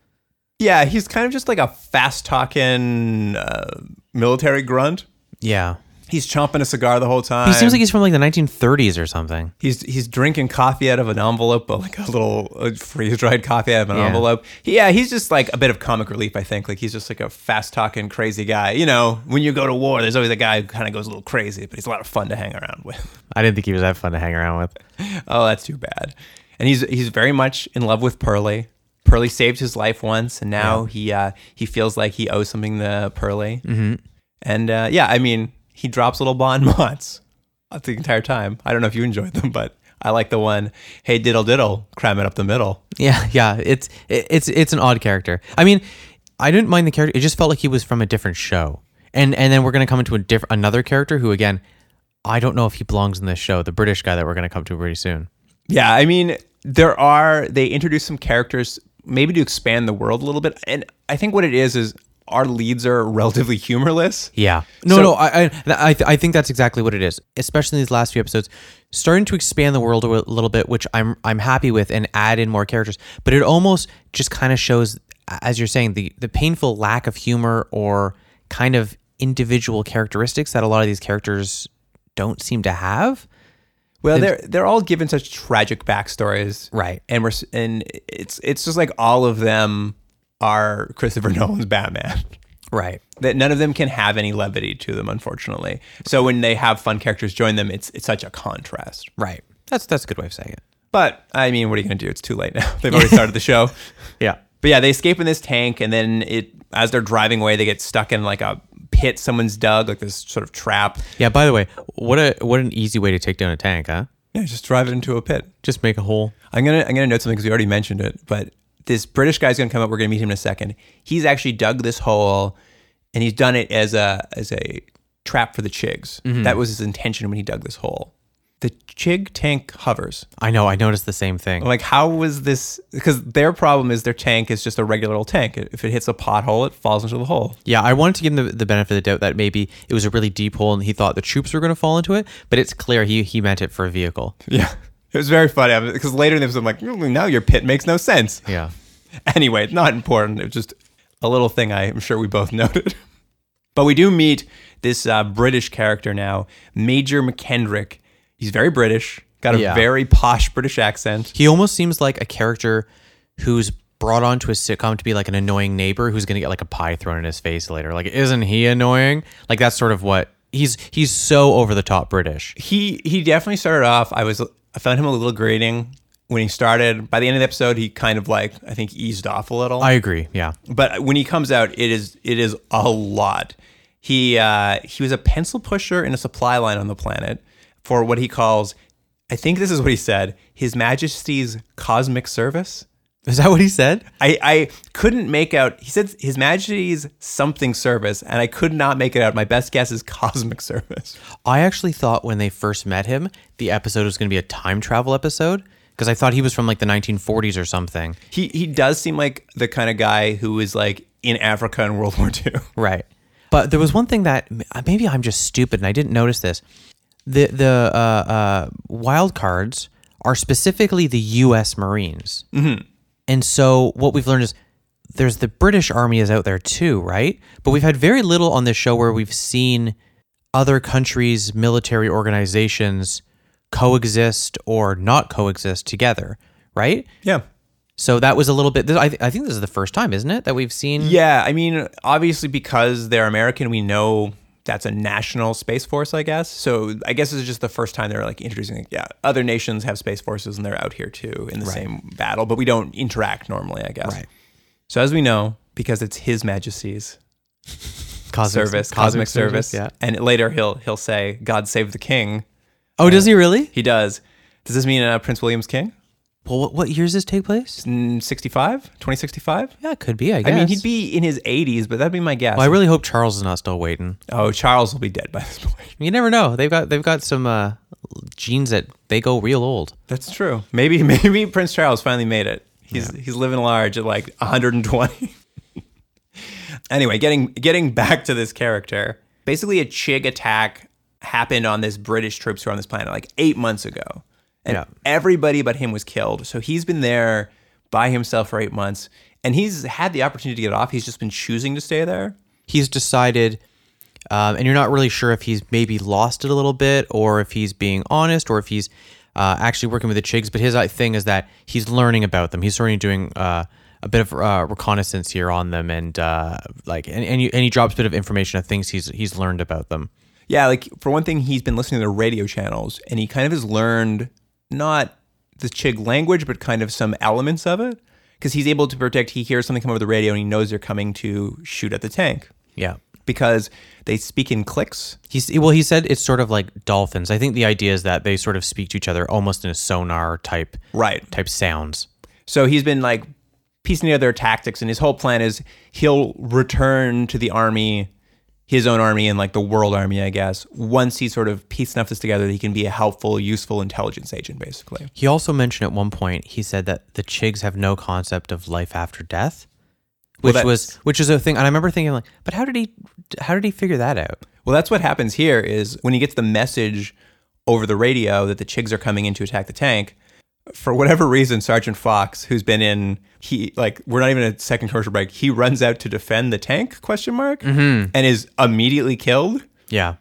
Speaker 1: Yeah, he's kind of just like a fast talking uh, military grunt.
Speaker 3: Yeah,
Speaker 1: He's chomping a cigar the whole time.
Speaker 3: he seems like he's from like the 1930s or something.
Speaker 1: He's he's drinking coffee out of an envelope, but like a little freeze dried coffee out of an
Speaker 3: Yeah.
Speaker 1: envelope. He- yeah, he's just like a bit of comic relief, I think. Like he's just like a fast talking crazy guy. You know, when you go to war, there's always a guy who kind of goes a little crazy, but he's a lot of fun to hang around with.
Speaker 3: I didn't think he was that fun to hang around with.
Speaker 1: oh, that's too bad. And he's he's very much in love with Pearly. Pearly saved his life once, and now he uh, he feels like he owes something to Pearly. Mm-hmm. And uh, yeah, I mean, he drops little bon mots the entire time. I don't know if you enjoyed them, but I like the one, "Hey diddle diddle, cram it up the middle."
Speaker 3: Yeah, yeah. It's it- it's it's an odd character. I mean, I didn't mind the character. It just felt like he was from a different show. And and then we're gonna come into a different another character who again, I don't know if he belongs in this show. The British guy that we're gonna come to pretty soon.
Speaker 1: Yeah, I mean, there are they introduce some characters maybe to expand the world a little bit. And I think what it is is our leads are relatively humorless.
Speaker 3: Yeah. No,
Speaker 1: So-
Speaker 3: no, I, I, I, I think that's exactly what it is. Especially in these last few episodes, starting to expand the world a little bit, which I'm, I'm happy with, and add in more characters. But it almost just kind of shows, as you're saying, the, the painful lack of humor or kind of individual characteristics that a lot of these characters don't seem to have.
Speaker 1: Well, they're they're all given such tragic backstories,
Speaker 3: Right.
Speaker 1: And we're s- and it's it's just like all of them are Christopher Nolan's Batman.
Speaker 3: Right.
Speaker 1: That none of them can have any levity to them, unfortunately. So when they have fun characters join them, it's it's such a contrast.
Speaker 3: Right. That's that's a good way of saying it.
Speaker 1: But I mean, what are you going to do? It's too late now. They've already started the show.
Speaker 3: Yeah.
Speaker 1: But yeah, they escape in this tank, and then it as they're driving away, they get stuck in like a pit someone's dug, like this sort of trap.
Speaker 3: Yeah. By the way, what a what an easy way to take down a tank, huh?
Speaker 1: Yeah, just drive it into a pit.
Speaker 3: Just make a hole.
Speaker 1: I'm gonna I'm gonna note something because we already mentioned it, but this British guy's gonna come up. We're gonna meet him in a second. He's actually dug this hole, and he's done it as a as a trap for the chigs. That was his intention when he dug this hole. The chig tank hovers.
Speaker 3: I know. I noticed the same thing.
Speaker 1: Like, how was this? Because their problem is their tank is just a regular old tank. If it hits a pothole, it falls into the hole.
Speaker 3: Yeah, I wanted to give him the, the benefit of the doubt that maybe it was a really deep hole and he thought the troops were going to fall into it, but it's clear he, he meant it for a vehicle.
Speaker 1: Yeah. It was very funny because later there was I'm like, "Mm, now your pit makes no sense.
Speaker 3: Yeah.
Speaker 1: Anyway, it's not important. It was just a little thing I'm sure we both noted. But we do meet this uh, British character now, Major McKendrick. He's very British, got a
Speaker 3: Yeah.
Speaker 1: very posh British accent.
Speaker 3: He almost seems like a character who's brought onto a sitcom to be like an annoying neighbor who's going to get like a pie thrown in his face later. Like, isn't he annoying? Like, that's sort of what he's he's so over the top British.
Speaker 1: He he definitely started off. I was I found him a little grating when he started. By the end of the episode, he kind of like I think eased off a little.
Speaker 3: I agree. Yeah.
Speaker 1: but when he comes out, it is it is a lot. He uh, he was a pencil pusher in a supply line on the planet for what he calls, I think this is what he said, His Majesty's Cosmic Service.
Speaker 3: Is that what he said?
Speaker 1: I, I couldn't make out. He said His Majesty's something service, and I could not make it out. My best guess is Cosmic Service.
Speaker 3: I actually thought when they first met him, the episode was going to be a time travel episode because I thought he was from like the 1940s or something.
Speaker 1: He he does seem like the kind of guy who is like in Africa in World War II.
Speaker 3: Right. But there was one thing that uh, maybe I'm just stupid and I didn't notice this. The the uh, uh, wild cards are specifically the U.S. Marines, mm-hmm. and so what we've learned is there's the British Army is out there too, right? But we've had very little on this show where we've seen other countries' military organizations coexist or not coexist together, right?
Speaker 1: Yeah.
Speaker 3: So that was a little bit. I, I think this is the first time, isn't it, that we've seen?
Speaker 1: Yeah, I mean, obviously because they're American, we know that's a national space force, I guess. So I guess this is just the first time they're like introducing, like, yeah, other nations have space forces and they're out here too in the same battle, but we don't interact normally, I guess.
Speaker 3: Right.
Speaker 1: So as we know, because it's His Majesty's
Speaker 3: Cosmic
Speaker 1: service, cosmic, service,
Speaker 3: Yeah.
Speaker 1: and later he'll he'll say, "God save the king."
Speaker 3: Oh, does he really?
Speaker 1: He does. Does this mean uh, Prince William's king?
Speaker 3: Well, what, what year does this take place?
Speaker 1: 65? 2065?
Speaker 3: Yeah, it could be. I guess.
Speaker 1: I mean, he'd be in his 80s, but that'd be my guess.
Speaker 3: Well, I really hope Charles is not still waiting.
Speaker 1: oh, Charles will be dead by this point.
Speaker 3: You never know. They've got they've got some uh, genes that they go real old.
Speaker 1: That's true. Maybe maybe Prince Charles finally made it. He's he's living large at like 120. anyway, getting getting back to this character. Basically a chig attack happened on this British troops who are on this planet like 8 months ago. And
Speaker 3: Yeah.
Speaker 1: everybody but him was killed. So he's been there by himself for 8 months and he's had the opportunity to get off. He's just been choosing to stay there.
Speaker 3: He's decided, um, and you're not really sure if he's maybe lost it a little bit, or if he's being honest, or if he's uh, actually working with the Chigs. But his uh, thing is that he's learning about them. He's sort of doing uh, a bit of uh, reconnaissance here on them, and uh, like and and, you, and he drops a bit of information of things he's he's learned about them.
Speaker 1: Yeah, like for one thing, he's been listening to the radio channels and he kind of has learned not the Chig language, but kind of some elements of it because he's able to protect. He hears something come over the radio and he knows they're coming to shoot at the tank
Speaker 3: Yeah.
Speaker 1: because they speak in clicks.
Speaker 3: He's well. He said it's sort of like dolphins. I think the idea is that they sort of speak to each other almost in a sonar type
Speaker 1: Right.
Speaker 3: type sounds.
Speaker 1: So he's been like piecing together their tactics and his whole plan is he'll return to the army his own army and like the world army, I guess, once he sort of pieced enough this together that he can be a helpful, useful intelligence agent, basically.
Speaker 3: He also mentioned at one point he said that the Chigs have no concept of life after death,
Speaker 1: Well,
Speaker 3: which was
Speaker 1: that's-
Speaker 3: which is a thing. And I remember thinking like, but how did he how did he figure that out?
Speaker 1: Well, that's what happens here is when he gets the message over the radio that the Chigs are coming in to attack the tank, for whatever reason, Sergeant Fox, who's been in he like we're not even a second commercial break, he runs out to defend the tank question mark and is immediately killed.
Speaker 3: Yeah,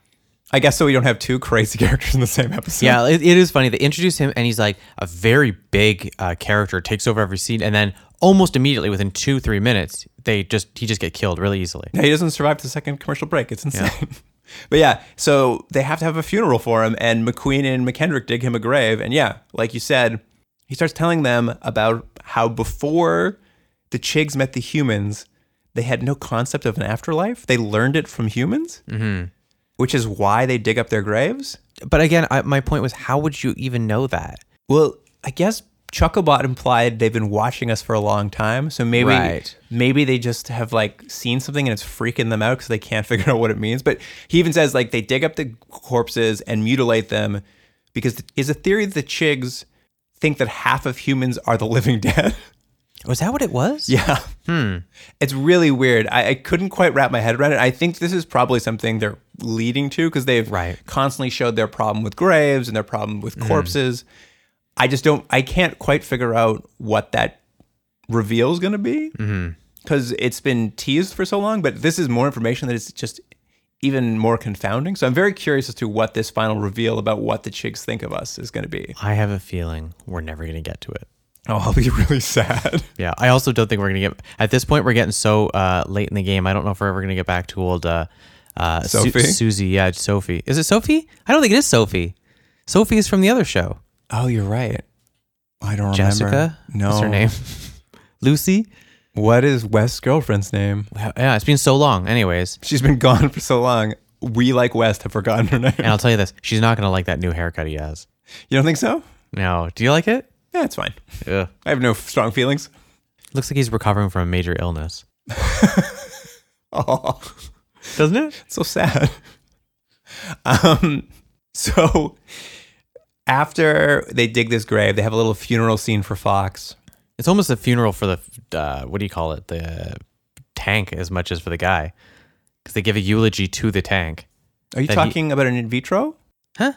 Speaker 1: I guess so we don't have two crazy characters in the same episode.
Speaker 3: yeah. It, it is funny. They introduce him and he's like a very big uh, character, takes over every scene, and then almost immediately within two three minutes they just he just get killed really easily.
Speaker 1: Yeah, he doesn't survive the second commercial break. It's insane. but yeah, so they have to have a funeral for him, and McQueen and McKendrick dig him a grave. And yeah, like you said, he starts telling them about how before the Chigs met the humans, they had no concept of an afterlife. They learned it from humans, mm-hmm. which is why they dig up their graves.
Speaker 3: But again, I, my point was how would you even know that?
Speaker 1: Well, I guess Chucklebot implied they've been watching us for a long time, so maybe
Speaker 3: Right.
Speaker 1: maybe they just have like seen something and it's freaking them out because they can't figure out what it means. But he even says like they dig up the corpses and mutilate them because is a theory that the Chigs think that half of humans are the living dead.
Speaker 3: Was that what it was?
Speaker 1: yeah, hmm. it's really weird. I, I couldn't quite wrap my head around it. I think this is probably something they're leading to because they've
Speaker 3: Right.
Speaker 1: constantly showed their problem with graves and their problem with corpses. I just don't. I can't quite figure out what that reveal is going to be because it's been teased for so long. But this is more information that is just even more confounding. So I'm very curious as to what this final reveal about what the Chigs think of us is going to be.
Speaker 3: I have a feeling we're never gonna get to it.
Speaker 1: Oh, I'll be really sad.
Speaker 3: Yeah, I also don't think we're gonna get at this point. We're getting so uh, late in the game. I don't know if we're ever gonna get back to old uh, uh, Su-
Speaker 1: Sophie?
Speaker 3: Susie, yeah, it's Sophie. Is it Sophie? I don't think it is Sophie. Sophie is from the other show.
Speaker 1: Oh, you're right. I don't
Speaker 3: Jessica.
Speaker 1: No,
Speaker 3: what's her name? Lucy.
Speaker 1: What is West's girlfriend's name?
Speaker 3: Wow, Yeah, it's been so long. Anyways,
Speaker 1: She's been gone for so long. We like West have forgotten her name.
Speaker 3: and I'll tell you this: she's not gonna like that new haircut he has.
Speaker 1: You don't think so?
Speaker 3: No, do you like it?
Speaker 1: Yeah, it's fine.
Speaker 3: Ugh.
Speaker 1: I have no f- strong feelings.
Speaker 3: Looks like he's recovering from a major illness,
Speaker 1: Oh.
Speaker 3: doesn't it?
Speaker 1: so sad. Um, so after they dig this grave, they have a little funeral scene for Fox.
Speaker 3: It's almost a funeral for the uh, what do you call it? The tank as much as for the guy, because they give a eulogy to the tank.
Speaker 1: Are you
Speaker 3: That he-
Speaker 1: talking about an in vitro?
Speaker 3: Huh?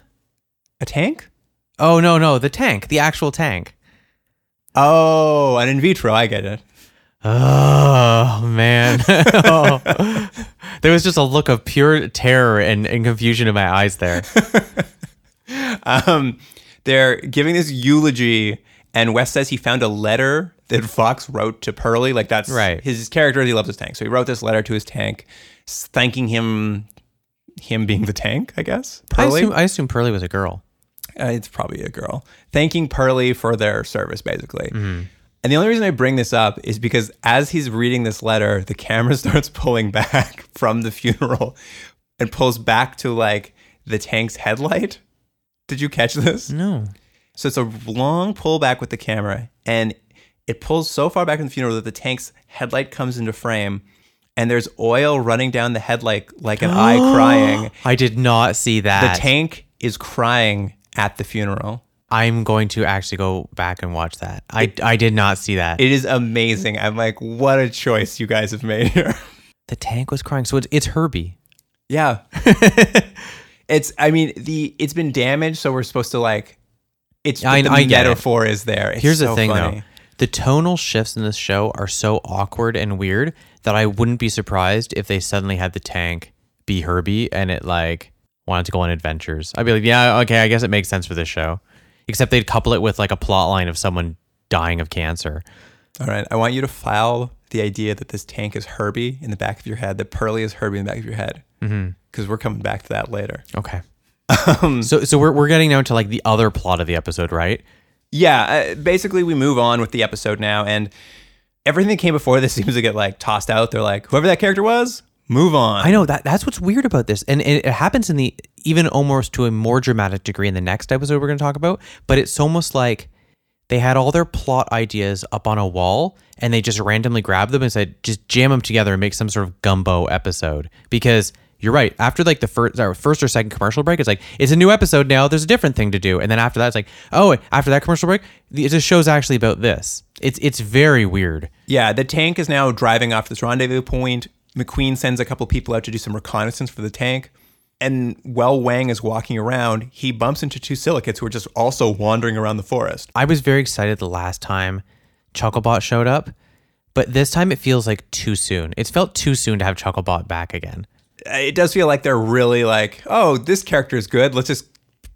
Speaker 1: A tank?
Speaker 3: Oh no, no, the tank, the actual tank.
Speaker 1: Oh, an in vitro. I get it.
Speaker 3: Oh man, there was just a look of pure terror and, and confusion in my eyes there.
Speaker 1: Um, they're giving this eulogy, and West says he found a letter that Fox wrote to Pearly. Like that's
Speaker 3: Right.
Speaker 1: his character. He loves his tank, so he wrote this letter to his tank, s- thanking him, him being the tank, I guess.
Speaker 3: I
Speaker 1: Pearly,
Speaker 3: assume, I assume Pearly was a girl.
Speaker 1: uh, it's probably a girl, thanking Pearly for their service, basically. And the only reason I bring this up is because as he's reading this letter, the camera starts pulling back from the funeral and pulls back to like the tank's headlight. Did you catch this?
Speaker 3: No.
Speaker 1: So it's a long pullback with the camera, and it pulls so far back in the funeral that the tank's headlight comes into frame, and there's oil running down the headlight like an eye crying.
Speaker 3: I did not see
Speaker 1: The
Speaker 3: that.
Speaker 1: tank is crying at the funeral.
Speaker 3: I'm going to actually go back and watch that. I I did not see that.
Speaker 1: It is amazing. I'm like, what a choice you guys have made here.
Speaker 3: the tank was crying, so it's it's Herbie.
Speaker 1: yeah. it's I mean, the it's been damaged, so we're supposed to like it's
Speaker 3: I-
Speaker 1: the
Speaker 3: I get it.
Speaker 1: metaphor is there. It's
Speaker 3: Here's
Speaker 1: so
Speaker 3: the thing
Speaker 1: funny.
Speaker 3: though. The tonal shifts in this show are so awkward and weird that I wouldn't be surprised if they suddenly had the tank be Herbie and it like wanted to go on adventures. I'd be like, yeah, okay, I guess it makes sense for this show. Except they'd couple it with like a plot line of someone dying of cancer.
Speaker 1: All right. I want you to file the idea that this tank is Herbie in the back of your head, that Pearly is Herbie in the back of your head. Mm-hmm. Because we're coming back to that later.
Speaker 3: Okay. so so we're, we're getting now to like the other plot of the episode, right?
Speaker 1: Yeah. Uh, basically, we move on with the episode now. And everything that came before this seems to get like tossed out. They're like, whoever that character was, move on.
Speaker 3: I know that that's what's weird about this, and it, it happens in the even almost to a more dramatic degree in the next episode we're going to talk about. But it's almost like they had all their plot ideas up on a wall, and they just randomly grabbed them and said, "Just jam them together and make some sort of gumbo episode." Because You're right. After like the first or first or second commercial break, it's like it's a new episode now. There's a different thing to do, and then after that, it's like oh, after that commercial break, the the show's actually about this. It's it's very weird.
Speaker 1: Yeah, the tank is now driving off this rendezvous point. McQueen sends a couple people out to do some reconnaissance for the tank. And while Wang is walking around, he bumps into two silicates who are just also wandering around the forest.
Speaker 3: I was very excited the last time Chucklebot showed up, but this time it feels like too soon. It's felt too soon to have Chucklebot back again.
Speaker 1: Uh, It does feel like they're really like, oh, this character is good. Let's just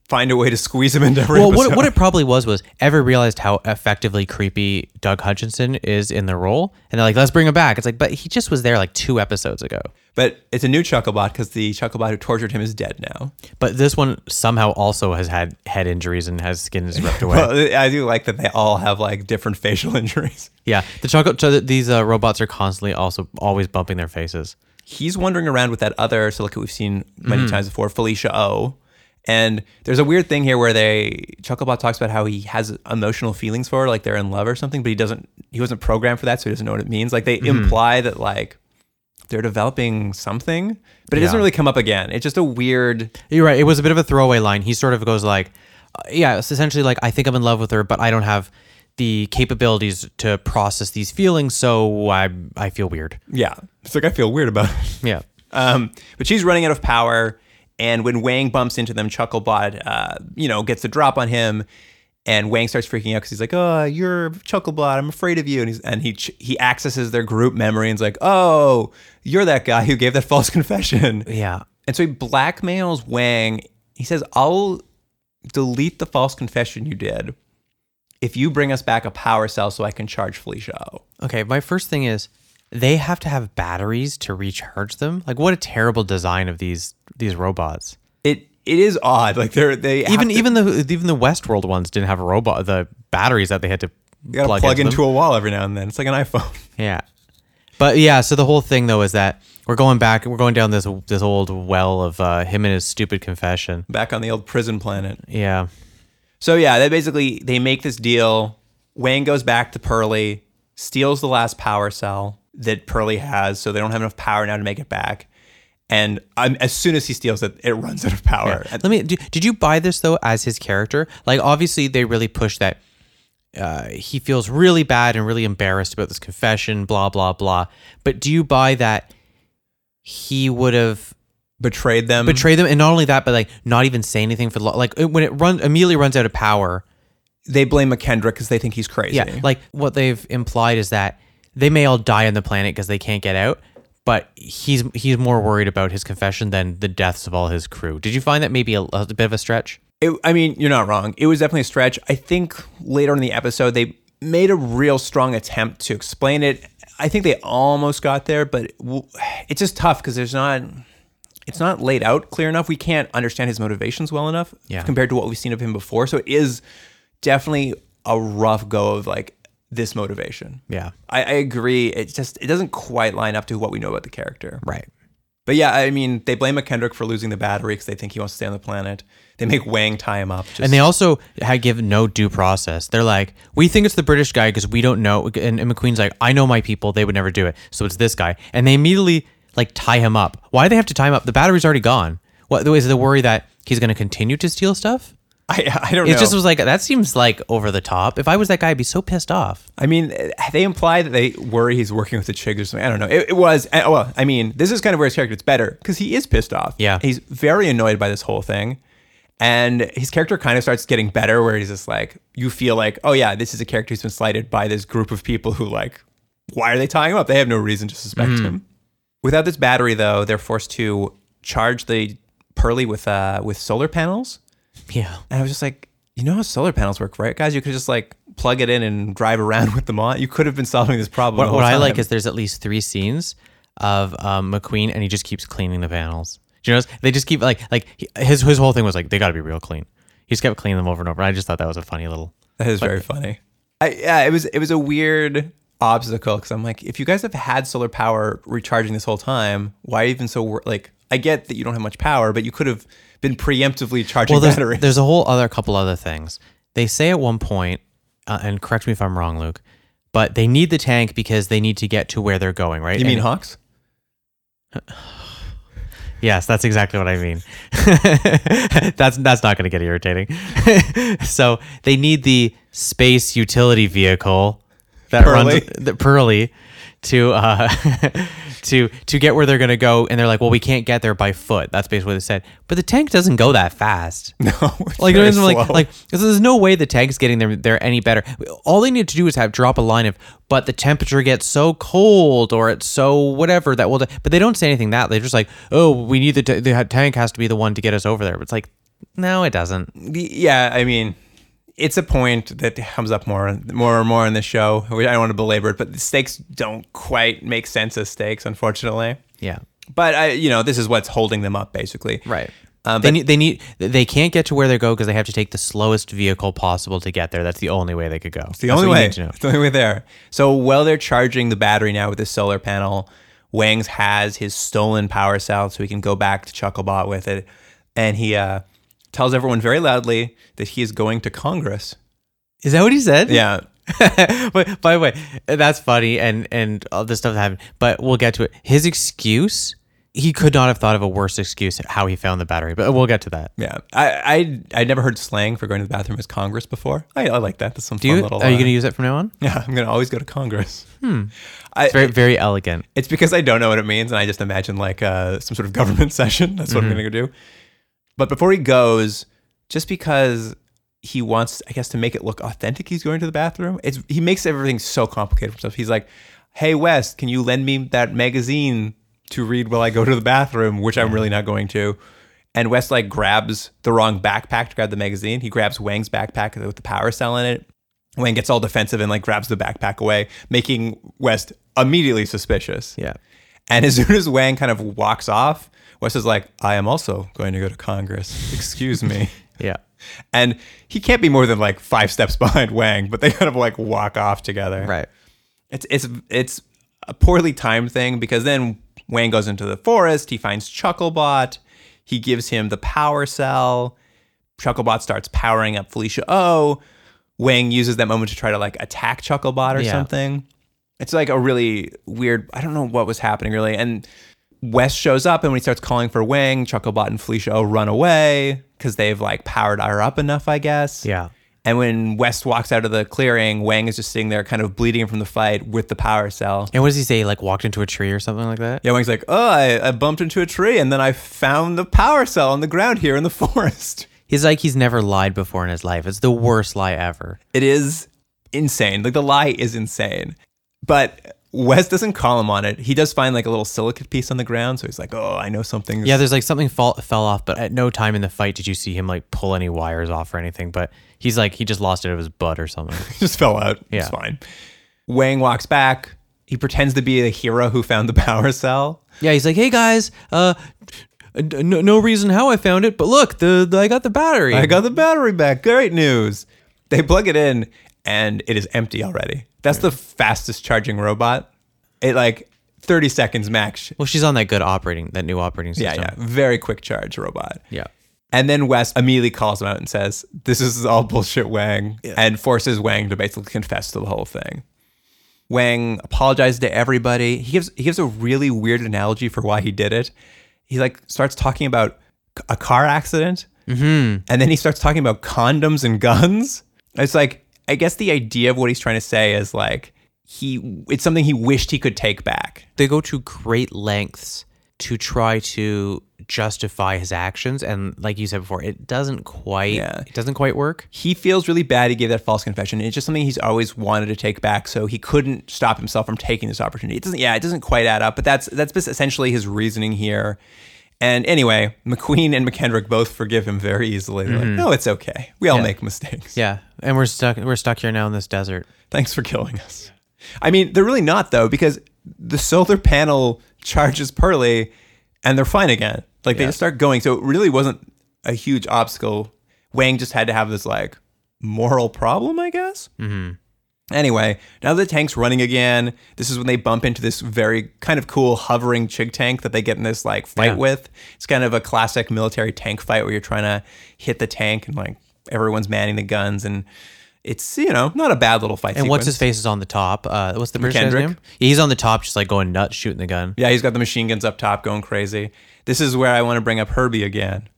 Speaker 1: find a way to squeeze him into every
Speaker 3: Well,
Speaker 1: episode.
Speaker 3: what, what it probably was was ever realized how effectively creepy Doug Hutchinson is in the role, and they're like, let's bring him back. It's like, but he just was there like two episodes ago.
Speaker 1: but it's a new Chucklebot because the Chucklebot who tortured him is dead now.
Speaker 3: But this one somehow also has had head injuries and has skin is ripped away.
Speaker 1: Well, I do like that they all have like different facial injuries.
Speaker 3: yeah, the chocolate. So that these uh, robots are constantly also always bumping their faces.
Speaker 1: he's wandering around with that other silicate we've seen many times before, Felicia O. And there's a weird thing here where they Chucklebot talks about how he has emotional feelings for her, like they're in love or something, but he doesn't he wasn't programmed for that, so he doesn't know what it means. Like they imply that like they're developing something, but it doesn't
Speaker 3: Yeah.
Speaker 1: really come up again. It's just a weird
Speaker 3: You're right. It was a bit of a throwaway line. He sort of goes like, uh, yeah, it's essentially like, I think I'm in love with her, but I don't have the capabilities to process these feelings, so I I feel weird.
Speaker 1: yeah. It's like I feel weird about it.
Speaker 3: Yeah.
Speaker 1: Um, but she's running out of power, and when Wang bumps into them, Chucklebot, uh, you know, gets the drop on him, and Wang starts freaking out because he's like, "Oh, you're Chucklebot. I'm afraid of you." And he's and he ch- he accesses their group memory and's like, "Oh, you're that guy who gave that false confession."
Speaker 3: Yeah.
Speaker 1: And so he blackmails Wang. He says, "I'll delete the false confession you did." If you bring us back a power cell so I can charge Felicia O.
Speaker 3: Okay, my first thing is they have to have batteries to recharge them. Like what a terrible design of these these robots.
Speaker 1: It it is odd. Like they're they have
Speaker 3: Even
Speaker 1: to-
Speaker 3: even the even the Westworld ones didn't have a robot the batteries that they had to
Speaker 1: You gotta plug, into
Speaker 3: them.
Speaker 1: a wall every now and then. It's like an iPhone.
Speaker 3: Yeah. But yeah, so the whole thing though is that we're going back we're going down this this old well of uh, him and his stupid confession.
Speaker 1: Back on the old prison planet.
Speaker 3: Yeah.
Speaker 1: So yeah, they basically they make this deal. Wang goes back to Pearly, steals the last power cell that Pearly has, so they don't have enough power now to make it back. And um, as soon as he steals it, it runs out of power.
Speaker 3: Let me. do- Did you buy this though as his character? Like, obviously, they really push that. Uh, he feels really bad and really embarrassed about this confession. Blah blah blah. But do you buy that he would have
Speaker 1: Betrayed them.
Speaker 3: betrayed them, and not only that, but like not even say anything for lo- like when it runs immediately runs out of power.
Speaker 1: They blame McKendrick because they think he's crazy.
Speaker 3: Yeah, like what they've implied is that they may all die on the planet because they can't get out. But he's he's more worried about his confession than the deaths of all his crew. Did you find that maybe a, a bit of a stretch?
Speaker 1: It, I mean, you're not wrong. It was definitely a stretch. I think later in the episode, they made a real strong attempt to explain it. I think they almost got there, but w- it's just tough because there's not. It's not laid out clear enough. We can't understand his motivations well enough
Speaker 3: Yeah.
Speaker 1: compared to what we've seen of him before. So it is definitely a rough go of like this motivation.
Speaker 3: Yeah.
Speaker 1: I, I agree. It just it doesn't quite line up to what we know about the character.
Speaker 3: Right.
Speaker 1: But yeah, I mean, they blame McKendrick for losing the battery because they think he wants to stay on the planet. They make Wang tie him up. Just,
Speaker 3: And they also had given no due process. They're like, we think it's the British guy because we don't know. And, and McQueen's like, I know my people. They would never do it. So it's this guy. And they immediately like tie him up. Why do they have to tie him up? The battery's already gone. What is the worry that he's going to continue to steal stuff?
Speaker 1: I, I don't
Speaker 3: It
Speaker 1: know.
Speaker 3: just was like that seems like over the top. If I was that guy, I'd be so pissed off.
Speaker 1: I mean, eh, they imply that they worry he's working with the chicks or something. I don't know. It, it was, eh, well, I mean, this is kind of where his character gets better because he is pissed off.
Speaker 3: Yeah.
Speaker 1: He's very annoyed by this whole thing. And his character kind of starts getting better where he's just like, you feel like, oh, yeah, this is a character who's been slighted by this group of people who, like, why are they tying him up? They have no reason to suspect him. Without this battery, though, they're forced to charge the Pearly with, uh, with solar panels.
Speaker 3: Yeah.
Speaker 1: And I was just like, you know how solar panels work, right, guys? You could just like plug it in and drive around with them on. You could have been solving this problem. the
Speaker 3: What,
Speaker 1: whole
Speaker 3: what I
Speaker 1: time.
Speaker 3: like is there's at least three scenes of um, McQueen and he just keeps cleaning the panels. Do you notice they just keep like like he- his his whole thing was like they got to be real clean. He just kept cleaning them over and over. I just thought that was a funny little.
Speaker 1: that is very funny. I, yeah, it was it was a weird obstacle because I'm like, if you guys have had solar power recharging this whole time, why even so wor- like? I get that you don't have much power, but you could have been preemptively charging
Speaker 3: Well, there's,
Speaker 1: batteries.
Speaker 3: there's a whole other couple other things. They say at one point, uh, and correct me if I'm wrong, Luke, but they need the tank because they need to get to where they're going, right?
Speaker 1: you mean
Speaker 3: And-
Speaker 1: Hawks?
Speaker 3: Yes, that's exactly what I mean. that's that's not going to get irritating. so they need the space utility vehicle that
Speaker 1: Pearly.
Speaker 3: runs the Pearly to uh, to to get where they're going to go, and they're like, well, we can't get there by foot. That's basically what they said. But the tank doesn't go that fast. No,
Speaker 1: it's
Speaker 3: like
Speaker 1: very
Speaker 3: there's like
Speaker 1: slow.
Speaker 3: like so there's no way the tank's getting there there any better. All they need to do is have drop a line of, but the temperature gets so cold or it's so whatever that will. But they don't say anything that they're just like, oh, we need the ta- the tank has to be the one to get us over there. But it's like, no, it doesn't.
Speaker 1: yeah, I mean, it's a point that comes up more, more and more in the show. I don't want to belabor it, but the stakes don't quite make sense as stakes, unfortunately.
Speaker 3: Yeah,
Speaker 1: But I, you know, this is what's holding them up, basically.
Speaker 3: right.
Speaker 1: Um,
Speaker 3: they
Speaker 1: but-
Speaker 3: need they need they can't get to where they go because they have to take the slowest vehicle possible to get there. That's the only way they could go. It's
Speaker 1: the only way. It's the only way there. So while they're charging the battery now with the solar panel, Wangs has his stolen power cell, so he can go back to Chucklebot with it, and he uh, tells everyone very loudly that he is going to Congress.
Speaker 3: Is that what he said?
Speaker 1: Yeah,
Speaker 3: but by the way, that's funny and and all this stuff that happened. But we'll get to it. His excuse, he could not have thought of a worse excuse how he found the battery. But we'll get to that.
Speaker 1: yeah. I I I never heard slang for going to the bathroom as Congress before. I, I like that. That's some
Speaker 3: Do
Speaker 1: fun
Speaker 3: you
Speaker 1: little.
Speaker 3: are you
Speaker 1: uh,
Speaker 3: going to use it from now on?
Speaker 1: Yeah, I'm gonna always go to Congress. Hmm. I,
Speaker 3: Very very elegant.
Speaker 1: It's because I don't know what it means, and I just imagine like uh, some sort of government session. That's
Speaker 3: Mm-hmm.
Speaker 1: what I'm gonna go do. But before he goes, just because he wants, I guess, to make it look authentic, he's going to the bathroom. It's he makes everything so complicated for himself. He's like, "Hey West, can you lend me that magazine to read while I go to the bathroom?" Which I'm really not going to. And West like grabs the wrong backpack to grab the magazine. He grabs Wang's backpack with the power cell in it. Wang gets all defensive and like grabs the backpack away, making West immediately suspicious.
Speaker 3: Yeah.
Speaker 1: And as soon as Wang kind of walks off, West is like, I am also going to go to Congress. Excuse me.
Speaker 3: Yeah.
Speaker 1: and he can't be more than like five steps behind Wang, but they kind of like walk off together.
Speaker 3: Right.
Speaker 1: It's it's it's a poorly timed thing because then Wang goes into the forest, he finds Chucklebot, he gives him the power cell. Chucklebot starts powering up Felicia O. Wang uses that moment to try to like attack Chucklebot or
Speaker 3: Yeah.
Speaker 1: something. It's like a really weird I don't know what was happening really. And West shows up and when he starts calling for Wang, Chucklebot and Felicia O run away because they've like powered her up enough, I guess.
Speaker 3: Yeah.
Speaker 1: And when West walks out of the clearing, Wang is just sitting there, kind of bleeding from the fight with the power cell.
Speaker 3: And what does he say? He, Like walked into a tree or something like that.
Speaker 1: Yeah, Wang's like, oh, I, I bumped into a tree and then I found the power cell on the ground here in the forest.
Speaker 3: He's like he's never lied before in his life. It's the worst lie ever.
Speaker 1: It is insane. Like the lie is insane. But West doesn't call him on it. He does find like a little silicate piece on the ground. So he's like, oh, I know something.
Speaker 3: Yeah, there's like something fall, fell off, but at no time in the fight did you see him like pull any wires off or anything. But he's like he just lost it of his butt or something.
Speaker 1: just fell out. It's
Speaker 3: Yeah.
Speaker 1: fine. Wang walks back. He pretends to be the hero who found the power cell.
Speaker 3: Yeah, he's like, hey guys, uh, no, no reason how I found it, but look, the, the I got the battery.
Speaker 1: I got the battery back. Great news. They plug it in and it is empty already. That's the fastest charging robot. It like 30 seconds max.
Speaker 3: well, she's on that good operating, that new operating
Speaker 1: Yeah,
Speaker 3: system.
Speaker 1: yeah. Very quick charge robot.
Speaker 3: yeah.
Speaker 1: And then West immediately calls him out and says, This is all bullshit, Wang, and forces Wang to basically confess to the whole thing. Wang apologizes to everybody. He gives he gives a really weird analogy for why he did it. He like starts talking about c- a car accident, and then he starts talking about condoms and guns. It's like I guess the idea of what he's trying to say is like he it's something he wished he could take back.
Speaker 3: They go to great lengths to try to justify his actions, and like you said before, it doesn't quite,
Speaker 1: Yeah.
Speaker 3: it doesn't quite work.
Speaker 1: he feels really bad he gave that false confession. It's just something he's always wanted to take back, so he couldn't stop himself from taking this opportunity. It doesn't yeah, it doesn't quite add up, but that's that's bes- essentially his reasoning here. And anyway, McQueen and McKendrick both forgive him very easily. They're like, no, it's okay. We all make mistakes.
Speaker 3: Mm-hmm. Yeah, and we're stuck, we're stuck here now in this desert.
Speaker 1: Thanks for killing us. I mean, they're really not though, because the solar panel charges Pearly and they're fine again. Like they just start going. So it really wasn't a huge obstacle. Wang just had to have this like moral problem, I guess. Mm-hmm. Anyway, now the tank's running again. This is when they bump into this very kind of cool hovering chig tank that they get in this like fight
Speaker 3: Yeah.
Speaker 1: with. It's kind of a classic military tank fight where you're trying to hit the tank and like everyone's manning the guns and It's you know not a bad little fight.
Speaker 3: And what's his
Speaker 1: sequence.
Speaker 3: face is on the top. Uh, what's the British guy's
Speaker 1: McKendrick?
Speaker 3: name? Yeah, he's on the top, just like going nuts, shooting the gun.
Speaker 1: Yeah, he's got the machine guns up top going crazy. This is where I want to bring up Herbie again.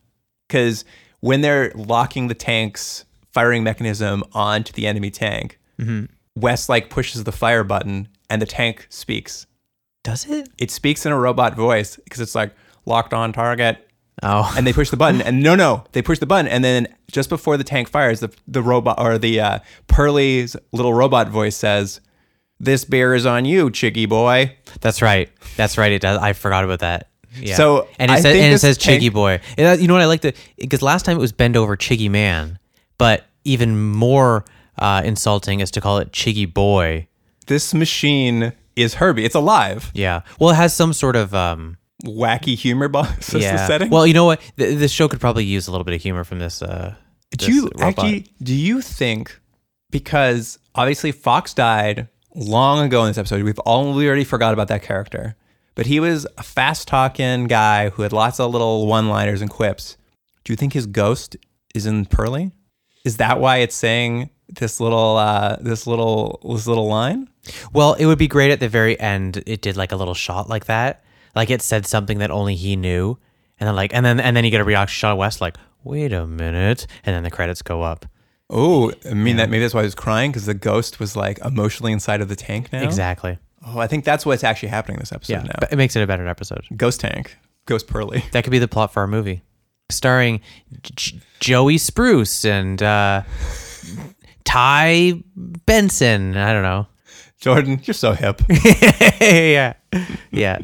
Speaker 1: Because when they're locking the tank's firing mechanism onto the enemy tank,
Speaker 3: Mm-hmm.
Speaker 1: Wes like pushes the fire button and the tank speaks.
Speaker 3: Does it?
Speaker 1: It speaks in a robot voice because it's like locked on target.
Speaker 3: Oh,
Speaker 1: And they push the button, and no, no, they push the button, and then just before the tank fires, the the robot or the uh, Pearlie's little robot voice says, "This beer is on you, chiggy boy."
Speaker 3: that's right. That's right. It does. I forgot about that. Yeah.
Speaker 1: So,
Speaker 3: and it,
Speaker 1: I
Speaker 3: says,
Speaker 1: think
Speaker 3: and it
Speaker 1: this
Speaker 3: says
Speaker 1: tank-
Speaker 3: Chiggy Boy. And that- you know what I like to because last time it was bend over Chiggy Man, but even more uh, insulting is to call it Chiggy Boy.
Speaker 1: This machine is Herbie. It's alive.
Speaker 3: Yeah. Well, it has some sort of um,
Speaker 1: wacky humor box as the setting.
Speaker 3: Well, you know what? Th- this show could probably use a little bit of humor from this. Uh,
Speaker 1: do
Speaker 3: this
Speaker 1: you
Speaker 3: robot.
Speaker 1: actually do you think because obviously Fox died long ago in this episode, we've all we already forgot about that character, but he was a fast talking guy who had lots of little one liners and quips. Do you think his ghost is in Pearly? Is that why it's saying this little uh, this little this little line?
Speaker 3: Well, it would be great at the very end. It did like a little shot like that. Like it said something that only he knew, and then like and then and then you get a reaction shot of West like, wait a minute, and then the credits go up.
Speaker 1: Oh, I mean that maybe that's why he was crying because the ghost was like emotionally inside of the tank now.
Speaker 3: Exactly.
Speaker 1: Oh, I think that's what's actually happening this episode
Speaker 3: Yeah,
Speaker 1: now.
Speaker 3: but it makes it a better episode.
Speaker 1: Ghost Tank, Ghost Pearly.
Speaker 3: That could be the plot for our movie, starring J- J- Joey Spruce and uh, Ty Benson. I don't know.
Speaker 1: Jordan, you're so hip.
Speaker 3: yeah, yeah.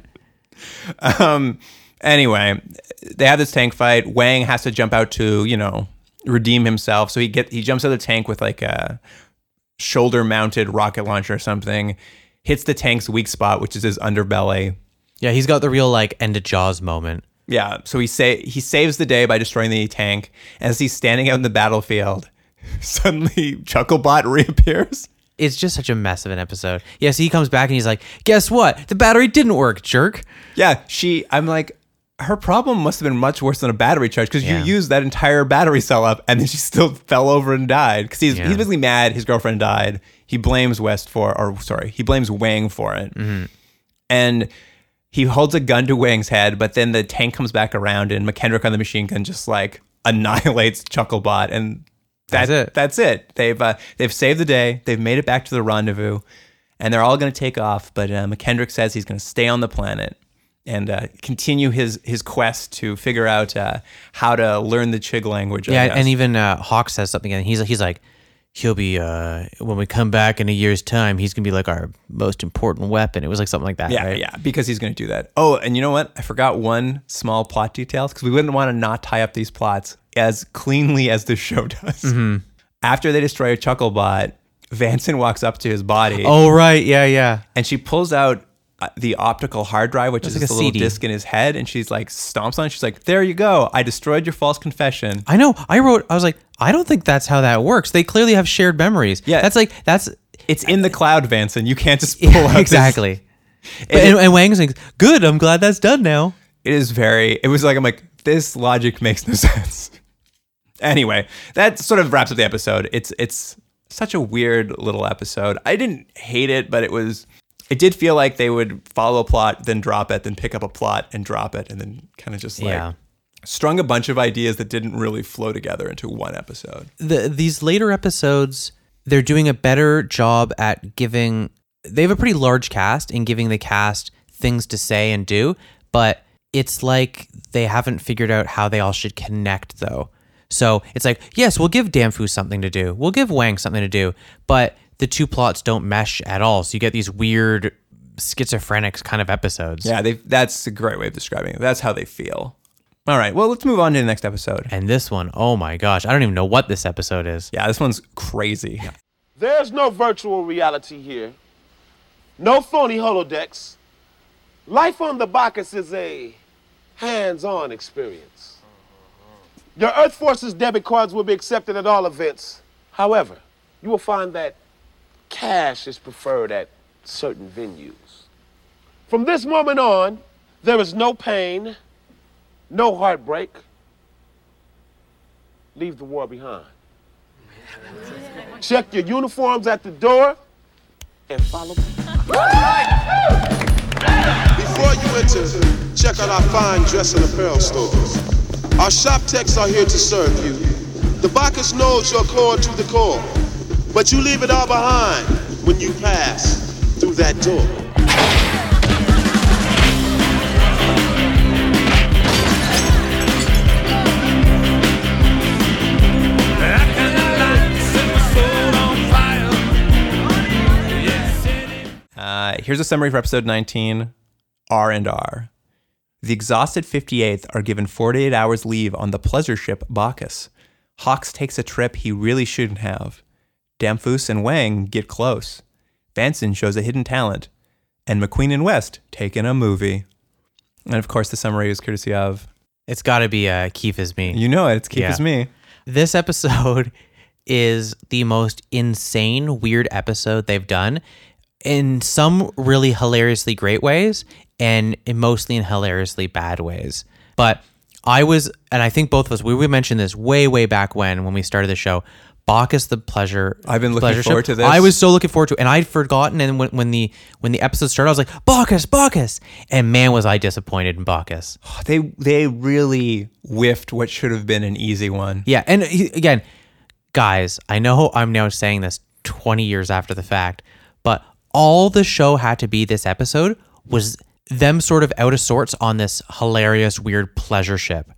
Speaker 1: Um, anyway, they have this tank fight. Wang has to jump out to, you know, redeem himself. So he get he jumps out of the tank with like a shoulder mounted rocket launcher or something, hits the tank's weak spot, which is his underbelly.
Speaker 3: Yeah, he's got the real like end of Jaws moment.
Speaker 1: Yeah, so he sa- he saves the day by destroying the tank. As he's standing out in the battlefield, suddenly Chucklebot reappears.
Speaker 3: It's just such a mess of an episode. Yeah, so he comes back and he's like, "Guess what? The battery didn't work, jerk."
Speaker 1: Yeah, she. I'm like, her problem must have been much worse than a battery charge because
Speaker 3: Yeah.
Speaker 1: you used that entire battery cell up, and then she still fell over and died. Because he's
Speaker 3: Yeah.
Speaker 1: he's basically mad. His girlfriend died. He blames West for, or sorry, he blames Wang for it,
Speaker 3: Mm-hmm.
Speaker 1: and. He holds a gun to Wang's head, but then the tank comes back around, and McKendrick on the machine gun just like annihilates Chucklebot, and that-
Speaker 3: That's it.
Speaker 1: That's it. They've uh, they've saved the day. They've made it back to the rendezvous, and they're all going to take off. But uh, McKendrick says he's going to stay on the planet and uh, continue his his quest to figure out uh, how to learn the Chig language. I
Speaker 3: Yeah,
Speaker 1: guess.
Speaker 3: and even uh, Hawk says something, and he's he's like, "He'll be uh, when we come back in a year's time, he's gonna be like our most important weapon." It was like something like that.
Speaker 1: yeah,
Speaker 3: right?
Speaker 1: yeah, because he's going to do that. Oh, and you know what? I forgot one small plot detail because we wouldn't want to not tie up these plots as cleanly as this show does.
Speaker 3: Mm-hmm.
Speaker 1: After they destroy a Chucklebot, Vanson walks up to his body.
Speaker 3: Oh right, yeah, yeah.
Speaker 1: and she pulls out uh, the optical hard drive, which is
Speaker 3: like
Speaker 1: just
Speaker 3: a
Speaker 1: a little
Speaker 3: CD.
Speaker 1: disc in his head, and she's like stomps on. it. She's like, "There you go. I destroyed your false confession."
Speaker 3: I know. I wrote. I was like, I don't think that's how that works. They clearly have shared memories.
Speaker 1: Yeah.
Speaker 3: that's like that's
Speaker 1: It's in the cloud, Vanson. You can't just pull out. this-
Speaker 3: exactly. But-
Speaker 1: it-
Speaker 3: and, and Wang's like, "Good. I'm glad that's done now."
Speaker 1: it is very. It was like I'm like this logic makes no sense. Anyway, that sort of wraps up the episode. It's it's such a weird little episode. I didn't hate it, but it was. It did feel like they would follow a plot, then drop it, then pick up a plot and drop it, and then kind of just like
Speaker 3: yeah.
Speaker 1: strung a bunch of ideas that didn't really flow together into one episode.
Speaker 3: the these later episodes they're doing a better job at giving they have a pretty large cast in giving the cast things to say and do but it's like they haven't figured out how they all should connect though so it's like yes we'll give danfu something to do we'll give wang something to do but the two plots don't mesh at all so you get these weird schizophrenic kind of episodes
Speaker 1: Yeah, they that's a great way of describing it. That's how they feel. All right, well, let's move on to the next episode.
Speaker 3: and this one oh my gosh i don't even know what this episode is
Speaker 1: Yeah, this one's crazy.
Speaker 5: There's no virtual reality here. No phony holodecks. Life on the Bacchus is a hands-on experience. Your Earth Forces debit cards will be accepted at all events. However, you will find that cash is preferred at certain venues. From this moment on, there is no pain, no heartbreak. Leave the war behind. Check your uniforms at the door and follow me.
Speaker 6: Before you enter, check out our fine dress and apparel stores. Our shop techs are here to serve you. The Bacchus knows your core to the core, but you leave it all behind when you pass through that door.
Speaker 1: Uh, here's a summary for episode 19 R and R. The exhausted 58th are given 48 hours leave on the pleasure ship Bacchus. Hawks takes a trip he really shouldn't have. Damfus and Wang get close. Vanson shows a hidden talent. And McQueen and West take in a movie. And of course, the summary is courtesy of
Speaker 3: It's got to be uh, Keith is me.
Speaker 1: you know it, it's Keep
Speaker 3: Yeah.
Speaker 1: Is Me.
Speaker 3: This episode is the most insane, weird episode they've done in some really hilariously great ways and in mostly in hilariously bad ways. But I was, and I think both of us, we, we mentioned this way, way back when, when we started the show. Bacchus the pleasure.
Speaker 1: I've been looking
Speaker 3: pleasure
Speaker 1: forward to this.
Speaker 3: I was so looking forward to it, and I'd forgotten. And when, when the when the episode started, I was like Bacchus, Bacchus, and man, was I disappointed in Bacchus.
Speaker 1: They, they really whiffed what should have been an easy one.
Speaker 3: Mm-hmm. Yeah, and he, again, guys, I know I'm now saying this 20 years after the fact, but all the show had to be this episode was them sort of out of sorts on this hilarious, weird pleasure ship.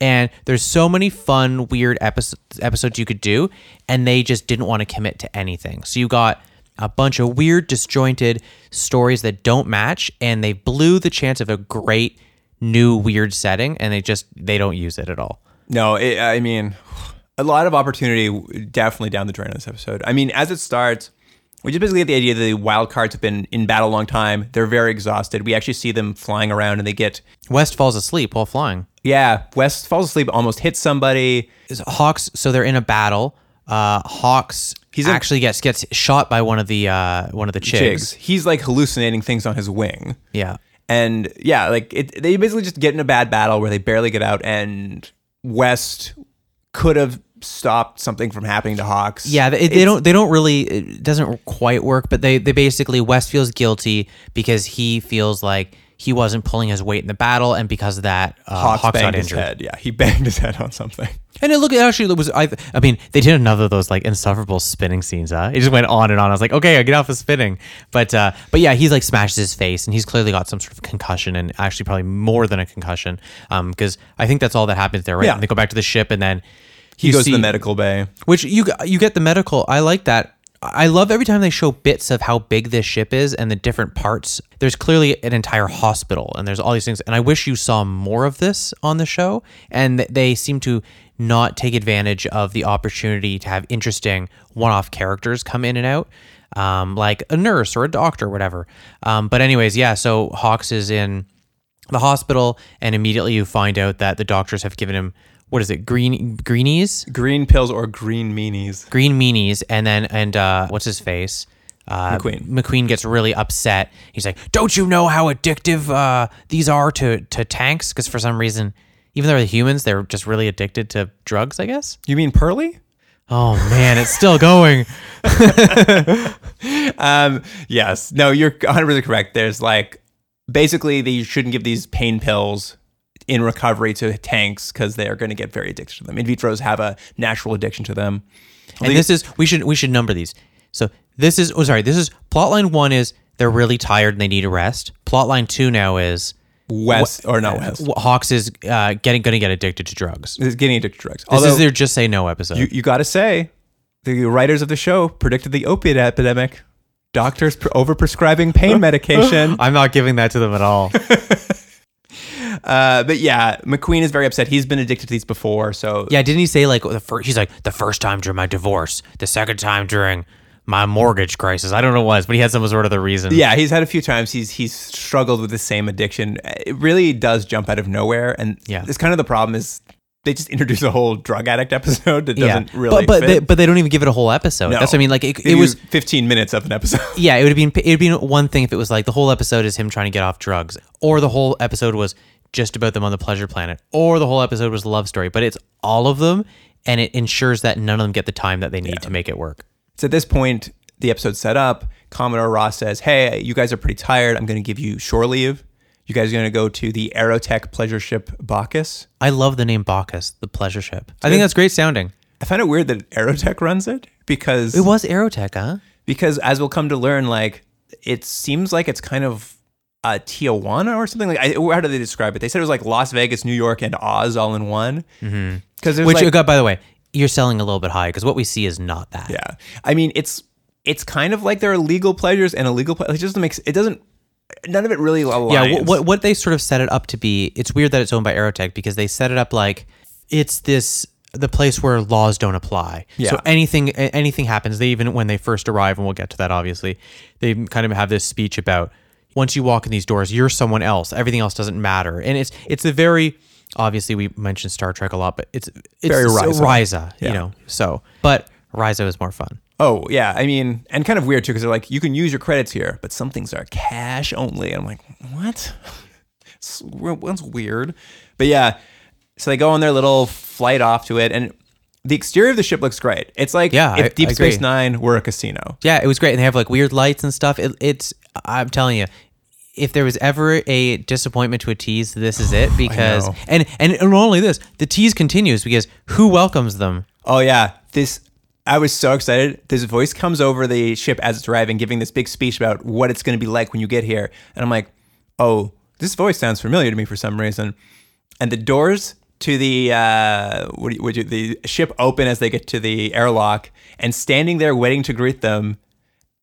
Speaker 3: And there's so many fun, weird episodes, episodes you could do, and they just didn't want to commit to anything. So you got a bunch of weird, disjointed stories that don't match, and they blew the chance of a great new weird setting, and they just they don't use it at all.
Speaker 1: No, it, I mean, a lot of opportunity definitely down the drain on this episode. I mean, as it starts, we just basically get the idea that the wild cards have been in battle a long time. They're very exhausted. We actually see them flying around and they get,
Speaker 3: West falls asleep while flying.
Speaker 1: yeah, West falls asleep, almost hits somebody.
Speaker 3: Hawks, so they're in a battle. Uh, Hawks
Speaker 1: He's
Speaker 3: He's
Speaker 1: in-
Speaker 3: actually gets gets shot by one of the uh, one of the
Speaker 1: Jigs.
Speaker 3: chicks.
Speaker 1: He's like hallucinating things on his wing.
Speaker 3: Yeah,
Speaker 1: And yeah, like it, they basically just get in a bad battle where they barely get out and West could have stopped something from happening to Hawks.
Speaker 3: yeah. They, they don't they don't really it doesn't quite work, but they they basically West feels guilty because he feels like he wasn't pulling his weight in the battle, and because of that, uh,
Speaker 1: Hawks,
Speaker 3: Hawks,
Speaker 1: banged
Speaker 3: got
Speaker 1: his
Speaker 3: injured.
Speaker 1: head. Yeah, he banged his head on something.
Speaker 3: And it look it actually was I I mean they did another of those like insufferable spinning scenes. Huh? It just went on and on. I was like, okay, I get off of spinning. But uh, but yeah, he's like smashes his face, and he's clearly got some sort of concussion, and actually probably more than a concussion. Um, because I think that's all that happens there, right?
Speaker 1: Yeah.
Speaker 3: And they go back to the ship, and then
Speaker 1: He
Speaker 3: you
Speaker 1: goes to
Speaker 3: see-
Speaker 1: the medical bay.
Speaker 3: which you you get the medical. I like that. I love every time they show bits of how big this ship is and the different parts. There's clearly an entire hospital and there's all these things. And I wish you saw more of this on the show. And th- they seem to not take advantage of the opportunity to have interesting one off characters come in and out, um, like a nurse or a doctor or whatever. Um, but, anyways, yeah, so Hawks is in the hospital and immediately you find out that the doctors have given him. What is it? Green greenies?
Speaker 1: green pills or green meanies.
Speaker 3: green meanies and then and uh what's his face uh,
Speaker 1: McQueen.
Speaker 3: McQueen gets really upset. He's like, "Don't you know how addictive uh, these are to to tanks? Because for some reason, even though they're humans, they're just really addicted to drugs. I guess.
Speaker 1: You mean pearly?
Speaker 3: Oh man, it's still going.
Speaker 1: Um, yes. No, you're 100% correct. There's like basically that you shouldn't give these pain pills in recovery to tanks because they are going to get very addicted to them. In vitros have a natural addiction to them.
Speaker 3: And this is we should we should number these. So this is oh sorry, this is plotline one is they're really tired and they need a rest. Plotline two now is
Speaker 1: West or not West.
Speaker 3: Hawks is uh, getting going to get addicted to drugs. This
Speaker 1: This is getting addicted to drugs. Although
Speaker 3: is their just say no episode.
Speaker 1: you, you got to say, the writers of the show predicted the opiate epidemic. Doctors pre- overprescribing pain medication.
Speaker 3: I'm not giving that to them at all.
Speaker 1: Uh, but yeah, McQueen is very upset. He's been addicted to these before, so
Speaker 3: Yeah, didn't he say like the first? He's like the first time during my divorce, the second time during my mortgage crisis. I don't know what, it was, but he had some sort of the reason.
Speaker 1: Yeah, he's had a few times. He's he's struggled with the same addiction. It really does jump out of nowhere, and
Speaker 3: Yeah.
Speaker 1: it's kind of the problem is they just introduce a whole drug addict episode that doesn't really.
Speaker 3: But but they,
Speaker 1: fit.
Speaker 3: but they don't even give it a whole episode.
Speaker 1: No.
Speaker 3: That's what I mean. Like it,
Speaker 1: They
Speaker 3: it was
Speaker 1: use 15 minutes of an episode.
Speaker 3: yeah. It would have been it would been one thing if it was like the whole episode is him trying to get off drugs, or the whole episode was just about them on the pleasure planet, or the whole episode was a love story. But it's all of them, and it ensures that none of them get the time that they need to make it work.
Speaker 1: So at this point, the episode's set up. Commodore Ross says, Hey, you guys are pretty tired. I'm going to give you shore leave. You guys are going to go to the Aerotech pleasure ship Bacchus.
Speaker 3: I love the name Bacchus, the pleasure ship. I think that's great sounding.
Speaker 1: I find it weird that Aerotech runs it because,
Speaker 3: It was Aerotech, huh?
Speaker 1: because as we'll come to learn, like it seems like it's kind of uh, Tijuana or something. Like, I, how do they describe it? They said it was like Las Vegas, New York, and Oz all in one. Because mm-hmm.
Speaker 3: Which, uh, by the way, you're selling a little bit high because what we see is not that.
Speaker 1: Yeah, I mean it's it's kind of like there are legal pleasures and illegal. Ple- it just makes it doesn't. None of it really aligns.
Speaker 3: Yeah, what, what what they sort of set it up to be, it's weird that it's owned by Aerotech because they set it up like it's this the place where laws don't apply.
Speaker 1: Yeah.
Speaker 3: So anything a- anything happens. They even when they first arrive, and we'll get to that obviously, they kind of have this speech about once you walk in these doors, you're someone else. Everything else doesn't matter. And it's it's a very obviously we mentioned Star Trek a lot, but it's it's
Speaker 1: Very
Speaker 3: so
Speaker 1: Ryza.
Speaker 3: Ryza,
Speaker 1: Yeah.
Speaker 3: you know. So but Ryza is more fun.
Speaker 1: Oh yeah, I mean, and kind of weird too because they're like, you can use your credits here, but some things are cash only. And I'm like, what? It's- That's weird. But yeah, so they go on their little flight off to it, and the exterior of the ship looks great. It's like
Speaker 3: Yeah,
Speaker 1: if
Speaker 3: I-
Speaker 1: Deep
Speaker 3: I
Speaker 1: Space
Speaker 3: agree.
Speaker 1: Nine were a casino.
Speaker 3: Yeah, it was great, and they have like weird lights and stuff. It, it's I'm telling you, if there was ever a disappointment to a tease, this is it because
Speaker 1: know.
Speaker 3: and and not only this, the tease continues because who welcomes them?
Speaker 1: Oh yeah, this. I was so excited. This voice comes over the ship as it's arriving, giving this big speech about what it's going to be like when you get here, and I'm like, oh, this voice sounds familiar to me for some reason. And the doors to the uh, what do you, what do you, the ship open as they get to the airlock, and standing there waiting to greet them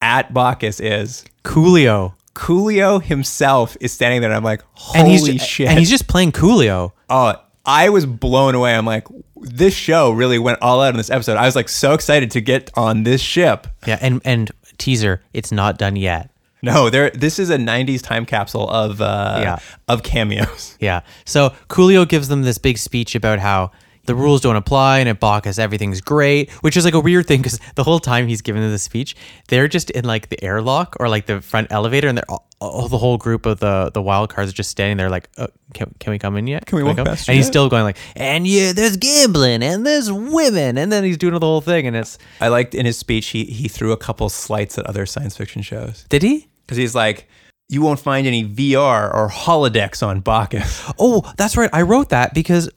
Speaker 1: at Bacchus is
Speaker 3: Coolio,
Speaker 1: Coolio himself is standing there, and I'm like, holy
Speaker 3: and he's
Speaker 1: shit!
Speaker 3: and he's just playing Coolio.
Speaker 1: Oh, I was blown away. I'm like, this show really went all out in this episode. I was like so excited to get on this ship.
Speaker 3: Yeah, and and teaser, it's not done yet.
Speaker 1: No, there. This is a '90s time capsule of uh,
Speaker 3: Yeah.
Speaker 1: of cameos.
Speaker 3: Yeah, so Coolio gives them this big speech about how. The rules don't apply, and at Bacchus, everything's great, which is like a weird thing because the whole time he's giving them this speech, they're just in like the airlock or like the front elevator, and they're all, all the whole group of the the wild cards are just standing there, like, uh, can, can we come in yet? Can
Speaker 1: we walk
Speaker 3: come?
Speaker 1: past you
Speaker 3: And he's
Speaker 1: yet?
Speaker 3: still going like, and yeah, there's gambling, and there's women, and then he's doing the whole thing, and it's
Speaker 1: I liked in his speech he he threw a couple slights at other science fiction shows
Speaker 3: did he?
Speaker 1: because he's like, you won't find any VR or holodecks on Bacchus.
Speaker 3: Oh, that's right. I wrote that because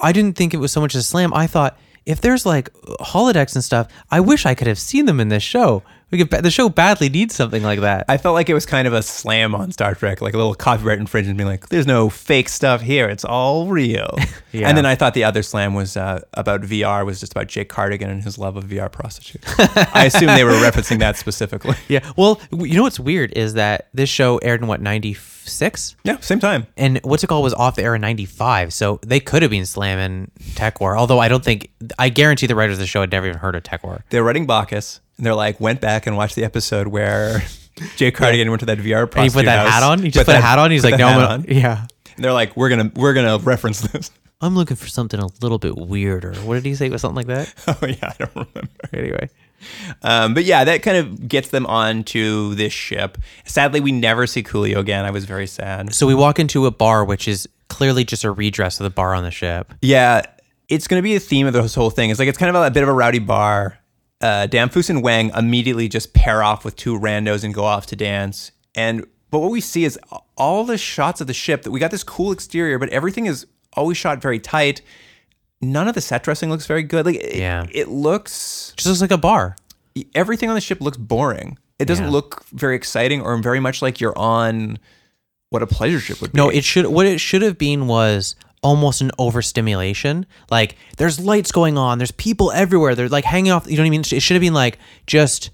Speaker 3: I didn't think it was so much a slam. I thought if there's like holodecks and stuff, I wish I could have seen them in this show. We could, the show badly needs something like that.
Speaker 1: I felt like it was kind of a slam on Star Trek, like a little copyright infringement, being like, "There's no fake stuff here; it's all real."
Speaker 3: Yeah.
Speaker 1: And then I thought the other slam was uh, about VR, was just about Jake Cardigan and his love of VR prostitutes. I assume they were referencing that specifically.
Speaker 3: yeah. Well, w- you know what's weird is that this show aired in what ninety six,
Speaker 1: Yeah, same time.
Speaker 3: and what's it called was off the air in ninety five. So they could have been slamming Tech War. Although I don't think I guarantee the writers of the show had never even heard of Tech War.
Speaker 1: They're writing Bacchus, and they're like, went back and watched the episode where Jake Cardigan went to that VR prostitute
Speaker 3: And he put that
Speaker 1: house,
Speaker 3: hat on. He just put, a
Speaker 1: that-
Speaker 3: hat on. He's
Speaker 1: put
Speaker 3: like,
Speaker 1: the
Speaker 3: no, I'm
Speaker 1: hat
Speaker 3: gonna-
Speaker 1: on.
Speaker 3: yeah.
Speaker 1: And they're like, we're gonna we're gonna reference this.
Speaker 3: I'm looking for something a little bit weirder. What did he say? It was something like that.
Speaker 1: oh yeah, I don't remember.
Speaker 3: Anyway.
Speaker 1: Um, but yeah, that kind of gets them onto this ship. Sadly, we never see Coolio again. I was very sad.
Speaker 3: So we walk into a bar, which is clearly just a redress of the bar on the ship.
Speaker 1: Yeah, it's going to be a theme of this whole thing. It's like it's kind of a bit of a rowdy bar. Uh, Damfus and Wang immediately just pair off with two randos and go off to dance. And but what we see is all the shots of the ship that we got this cool exterior, but everything is always shot very tight. None of the set dressing looks very good. Like it,
Speaker 3: Yeah.
Speaker 1: it looks
Speaker 3: Just looks like a bar.
Speaker 1: everything on the ship looks boring. It doesn't
Speaker 3: Yeah.
Speaker 1: look very exciting or very much like you're on what a pleasure ship would be.
Speaker 3: No, it should what it should have been was almost an overstimulation. Like there's lights going on, there's people everywhere. They're like hanging off, you know what I mean? It should have been like just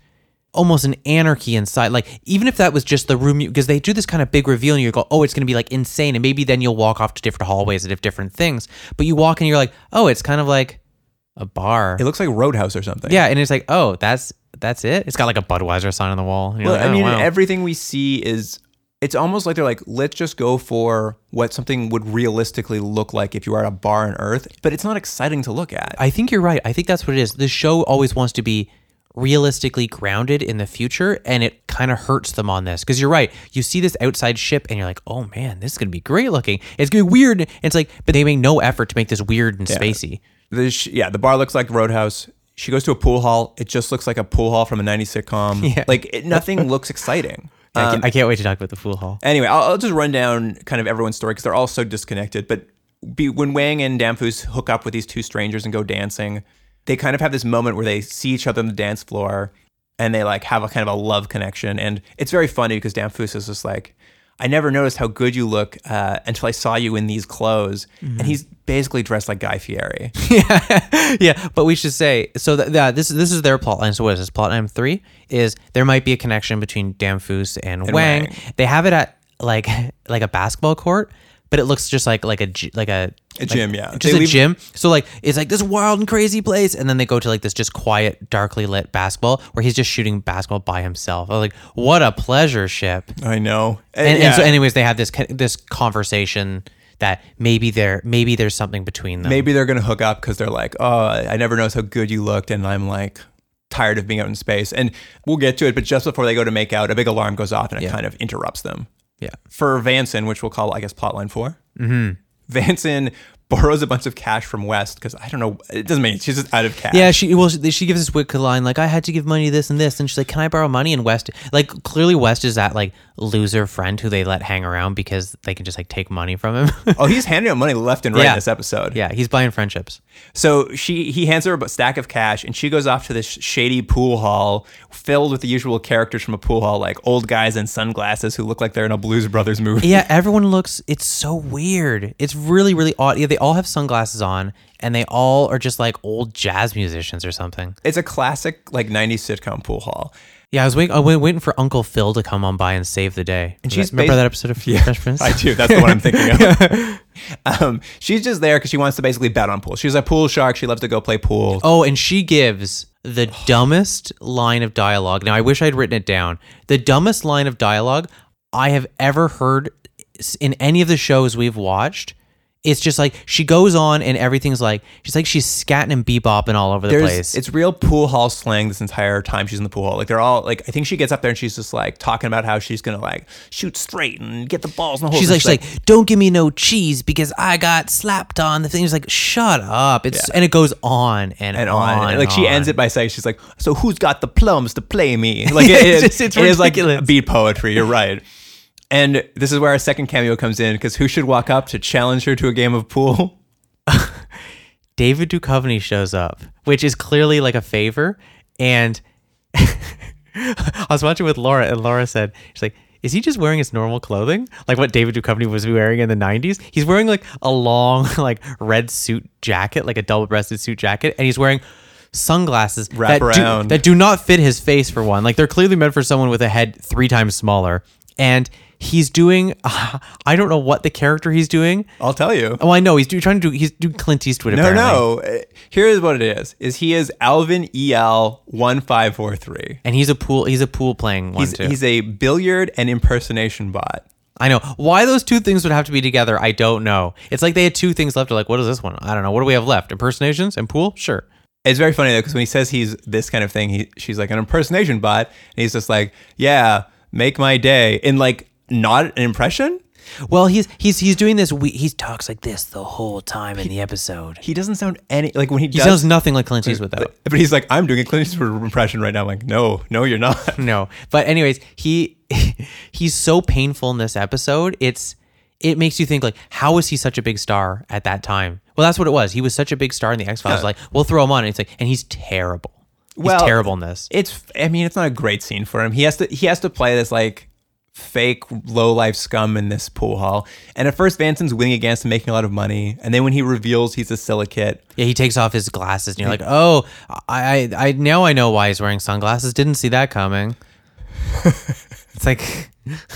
Speaker 3: almost an anarchy inside. Like even if that was just the room because they do this kind of big reveal and you go, "Oh, it's going to be like insane." And maybe then you'll walk off to different hallways and have different things. But you walk and you're like, "Oh, it's kind of like a bar."
Speaker 1: it looks like Roadhouse or something.
Speaker 3: Yeah, and it's like, oh, that's that's it. It's got like a Budweiser sign on the wall. and you're
Speaker 1: Well,
Speaker 3: like,
Speaker 1: I
Speaker 3: oh,
Speaker 1: mean,
Speaker 3: wow.
Speaker 1: everything we see is it's almost like they're like, let's just go for what something would realistically look like if you were at a bar on Earth, but it's not exciting to look at.
Speaker 3: I think you're right. I think that's what it is. The show always wants to be realistically grounded in the future, and it kind of hurts them on this because you're right. You see this outside ship, and you're like, oh man, this is gonna be great looking. It's gonna be weird. It's like, but they make no effort to make this weird and spacey.
Speaker 1: The sh- yeah, the bar looks like Roadhouse. She goes to a pool hall. It just looks like a pool hall from a 90s sitcom.
Speaker 3: Yeah.
Speaker 1: Like, it, nothing looks exciting.
Speaker 3: I
Speaker 1: Um,
Speaker 3: can't, I can't wait to talk about the Fool Hall.
Speaker 1: Anyway, I'll, I'll just run down kind of everyone's story because they're all so disconnected. But be, when Wang and Danfus hook up with these two strangers and go dancing, they kind of have this moment where they see each other on the dance floor and they like have a kind of a love connection. And it's very funny because Danfus is just like, I never noticed how good you look uh, until I saw you in these clothes.
Speaker 3: Mm-hmm.
Speaker 1: And he's basically dressed like Guy Fieri.
Speaker 3: yeah, but we should say so that, that this this is their plot line. So what is this plot line three? Is there might be a connection between Damfus and, Wang.
Speaker 1: Wang.
Speaker 3: They have it at like like a basketball court, but it looks just like like a gy- like a,
Speaker 1: A gym, yeah.
Speaker 3: just
Speaker 1: They
Speaker 3: a
Speaker 1: leave-
Speaker 3: gym. So like it's like this wild and crazy place, and then they go to like this just quiet, darkly lit basketball where he's just shooting basketball by himself. I was like, what a pleasure ship.
Speaker 1: I know.
Speaker 3: And, and so,
Speaker 1: Uh, yeah.
Speaker 3: anyways, they have this con- this conversation that maybe there maybe there's something between them.
Speaker 1: maybe they're gonna hook up because they're like, oh, I never noticed how good you looked, and I'm like tired of being out in space. And we'll get to it, but just before they go to make out, a big alarm goes off and it kind of interrupts them.
Speaker 3: Yeah.
Speaker 1: For Vanson, which we'll call I guess plotline 4 Mm-hmm. Vanson borrows a bunch of cash from West because I don't know, it doesn't mean she's just out of cash.
Speaker 3: Yeah, she well, she she gives this wicked line like, "I had to give money to this and this," and she's like, "Can I borrow money?" And West, like, clearly West is that like loser friend who they let hang around because they can just like take money from him.
Speaker 1: Oh, he's handing out money left and right
Speaker 3: Yeah.
Speaker 1: in this episode.
Speaker 3: yeah, he's buying friendships.
Speaker 1: So she he hands her a stack of cash, and she goes off to this shady pool hall filled with the usual characters from a pool hall, like old guys in sunglasses who look like they're in a Blues Brothers movie.
Speaker 3: Yeah, everyone looks. It's so weird. It's really really odd. Yeah, they all have sunglasses on, and they all are just like old jazz musicians or something.
Speaker 1: It's a classic like 90s sitcom pool hall.
Speaker 3: Yeah, I was waiting. I was waiting for Uncle Phil to come on by and save the day. And
Speaker 1: she's
Speaker 3: remember
Speaker 1: bas-
Speaker 3: that episode of Fresh Prince.
Speaker 1: I do. That's the one I'm thinking of. um, she's just there because she wants to basically bet on pool. She's a pool shark. She loves to go play pool.
Speaker 3: Oh, and she gives the dumbest line of dialogue. Now, I wish I'd written it down. The dumbest line of dialogue I have ever heard s- in any of the shows we've watched. It's just like she goes on and everything's like she's like she's scatting and bebopping all over the
Speaker 1: There's,
Speaker 3: place.
Speaker 1: It's real pool hall slang this entire time she's in the pool hall. Like they're all like, I think she gets up there and she's just like talking about how she's gonna like shoot straight and get the balls in the hole.
Speaker 3: she's
Speaker 1: And
Speaker 3: like, she's like, don't give me no cheese because I got slapped on the thing. She's like, shut up. It's and it goes on and,
Speaker 1: and on. And, like she ends
Speaker 3: on.
Speaker 1: it by saying, she's like, so who's got the plums to play me? Like it,
Speaker 3: It's
Speaker 1: it-
Speaker 3: just- it's
Speaker 1: it is like
Speaker 3: ridiculous.
Speaker 1: beat poetry. You're right. And this is where our second cameo comes in because who should walk up to challenge her to a game of pool?
Speaker 3: David Duchovny shows up, which is clearly like a favor. And I was watching with Laura, and Laura said, "She's like, is he just wearing his normal clothing, like what David Duchovny was wearing in the '90s? He's wearing like a long, like red suit jacket, like a double-breasted suit jacket, and he's wearing." Sunglasses
Speaker 1: Wrap
Speaker 3: that do-
Speaker 1: around.
Speaker 3: that do not fit his face for one. Like they're clearly meant for someone with a head three times smaller. And he's doing, I don't know what the character he's doing.
Speaker 1: I'll tell you.
Speaker 3: Oh, I know he's do, trying to do. He's doing Clint Eastwood.
Speaker 1: No,
Speaker 3: apparently.
Speaker 1: no. Uh, Here is what it is: is he is Alvin El one five four three.
Speaker 3: and he's a pool he's a pool playing one
Speaker 1: He's
Speaker 3: too.
Speaker 1: he's a billiard and impersonation bot.
Speaker 3: I know why those two things would have to be together. I don't know. It's like they had two things left. They're like, what is this one? I don't know. What do we have left? Impersonations and pool? Sure.
Speaker 1: It's very funny though because when he says he's this kind of thing, he she's like an impersonation bot, and he's just like, yeah, make my day in like not an impression.
Speaker 3: Well, he's he's he's doing this. We, he talks like this the whole time in the episode.
Speaker 1: He doesn't sound any like when he,
Speaker 3: He
Speaker 1: does.
Speaker 3: sounds nothing like Clint Eastwood though.
Speaker 1: but, but he's like, I'm doing a Clint Eastwood impression right now. I'm like, no, no, you're not.
Speaker 3: No, but anyways, he he's so painful in this episode. It's it makes you think like, how was he such a big star at that time? Well, that's what it was. He was such a big star in the X Files.
Speaker 1: Yeah.
Speaker 3: Like, we'll throw him on. And it's like, and he's terrible. He's
Speaker 1: Well,
Speaker 3: terrible in this.
Speaker 1: It's I mean, it's not a great scene for him. He has to he has to play this like fake low life scum in this pool hall. And at first Vanson's winning against him, making a lot of money. And then when he reveals he's a silicate,
Speaker 3: Yeah, he takes off his glasses, and you're like, "Oh, I, I, I now I know why he's wearing sunglasses. Didn't see that coming." it's like,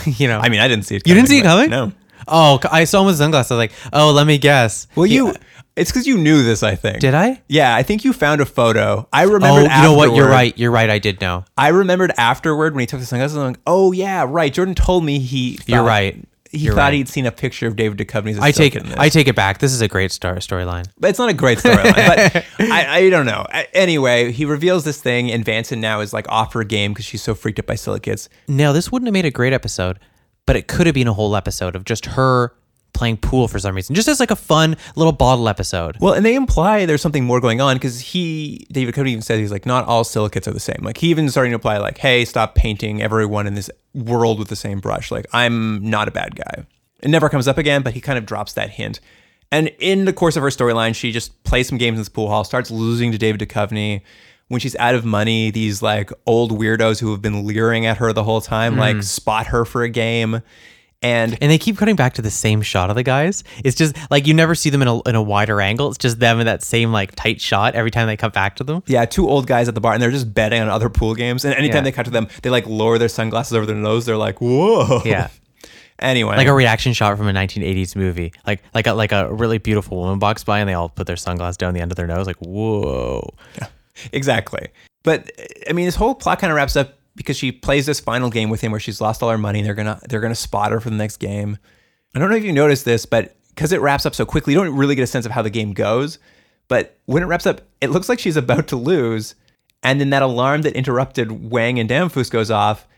Speaker 3: you know,
Speaker 1: I mean I didn't see it
Speaker 3: you didn't see it coming.
Speaker 1: but- No.
Speaker 3: Oh, c- I saw him with sunglasses. I was like, "Oh, let me guess."
Speaker 1: Well
Speaker 3: He-
Speaker 1: you it's because you knew this, I think.
Speaker 3: Did I?
Speaker 1: Yeah, I think you found a photo. I
Speaker 3: Oh,
Speaker 1: remember.
Speaker 3: you know what? You're right. You're right. I did know.
Speaker 1: I remembered afterward when he took the sunglasses. I'm like, oh yeah, right. Jordan told me he. Thought,
Speaker 3: You're right.
Speaker 1: He
Speaker 3: You're
Speaker 1: thought
Speaker 3: right.
Speaker 1: he'd seen a picture of David Duchovny. As a
Speaker 3: I take
Speaker 1: silicate in this.
Speaker 3: I take it back. This is a great star storyline.
Speaker 1: But it's not a great storyline. but I, I don't know. A- Anyway, he reveals this thing, and Vanson now is like off her game because she's so freaked up by silicates.
Speaker 3: Now, this wouldn't have made a great episode, but it could have been a whole episode of just her playing pool for some reason, just as like a fun little bottle episode.
Speaker 1: Well, and they imply there's something more going on because he, David Cody, even says he's like, not all silicates are the same. Like, he even starting to apply, like, hey, stop painting everyone in this world with the same brush. Like, I'm not a bad guy. It never comes up again, but he kind of drops that hint. And in the course of her storyline, she just plays some games in this pool hall, starts losing to David Duchovny. When she's out of money, these like old weirdos who have been leering at her the whole time, like, spot her for a game. And
Speaker 3: And they keep cutting back to the same shot of the guys. It's just like you never see them in a, in a wider angle. It's just them in that same like tight shot every time they come back to them.
Speaker 1: Yeah, two old guys at the bar, and they're just betting on other pool games. And anytime
Speaker 3: Yeah.
Speaker 1: they cut to them, they like lower their sunglasses over their nose. They're like, "Whoa!"
Speaker 3: Yeah.
Speaker 1: Anyway,
Speaker 3: Like a reaction shot from a 1980s movie, like like a like a really beautiful woman walks by and they all put their sunglasses down the end of their nose, like whoa.
Speaker 1: exactly. But I mean, this whole plot kind of wraps up because she plays this final game with him where she's lost all her money. And they're gonna they're gonna spot her for the next game. I don't know if you noticed this, but because it wraps up so quickly, you don't really get a sense of how the game goes. But when it wraps up, it looks like she's about to lose, and then that alarm that interrupted Wang and Damfus goes off.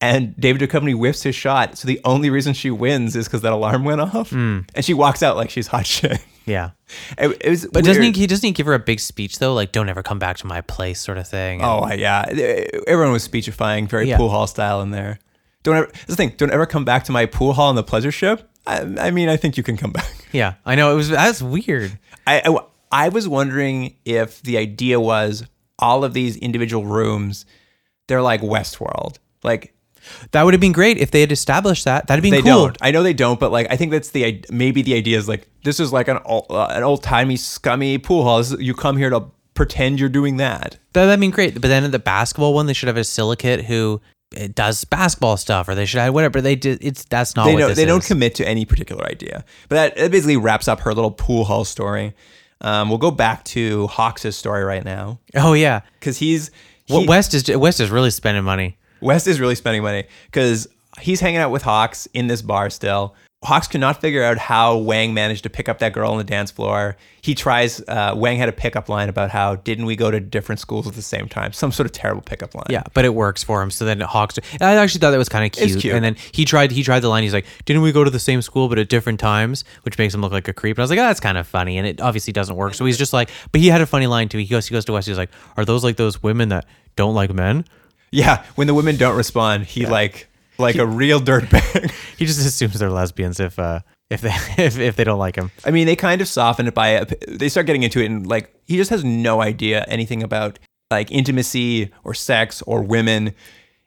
Speaker 1: And David Duchovny whiffs his shot, so the only reason she wins is because that alarm went off,
Speaker 3: Hmm.
Speaker 1: and she walks out like she's hot shit.
Speaker 3: Yeah.
Speaker 1: It, it was
Speaker 3: But doesn't he,
Speaker 1: weird.
Speaker 3: he doesn't he give her a big speech though, like don't ever come back to my place sort of thing. And-
Speaker 1: Oh I- yeah, everyone was speechifying, very
Speaker 3: Yeah.
Speaker 1: pool hall style in there. Don't ever. That's the thing. Don't ever come back to my pool hall on the pleasure ship. I, I mean, I think you can come back.
Speaker 3: Yeah. I know it was that's weird.
Speaker 1: I, I I was wondering if the idea was all of these individual rooms, they're like Westworld. Like
Speaker 3: That would have been great if they had established that. That'd been
Speaker 1: they
Speaker 3: cool.
Speaker 1: don't. I know they don't, but like I think that's the id- maybe the idea is like this is like an old, uh, an old timey scummy pool hall. This is- you come here to pretend you're doing that.
Speaker 3: That would been great. But then in the basketball one, they should have a silicate who eh, does basketball stuff, or they should have whatever they did. It's that's not
Speaker 1: they
Speaker 3: what
Speaker 1: don't
Speaker 3: this
Speaker 1: they don't
Speaker 3: is.
Speaker 1: commit to any particular idea. But that, that basically wraps up her little pool hall story. Um, we'll go back to Hawks' story right now
Speaker 3: oh yeah,
Speaker 1: because he's he,
Speaker 3: what West is West is really spending money.
Speaker 1: West is really spending money because he's hanging out with Hawks in this bar still. Hawks cannot figure out how Wang managed to pick up that girl on the dance floor. He tries. Uh, Wang had a pickup line about how didn't we go to different schools at the same time? Some sort of terrible pickup line.
Speaker 3: Yeah, but it works for him. So then Hawks. I actually thought that was kind of
Speaker 1: It's
Speaker 3: cute.
Speaker 1: cute.
Speaker 3: And then he tried. He tried the line. He's like, "Didn't we go to the same school but at different times?" Which makes him look like a creep. And I was like, "Oh, that's kind of funny." And it obviously doesn't work. So he's just like, but he had a funny line too. He goes. He goes to West. He's like, "Are those like those women that don't like men?"
Speaker 1: yeah. When the women don't respond, he like like a real dirtbag.
Speaker 3: He just assumes they're lesbians if uh if they if, if they don't like him.
Speaker 1: I mean, they kind of soften it by they start getting into it, and like he just has no idea anything about like intimacy or sex or women,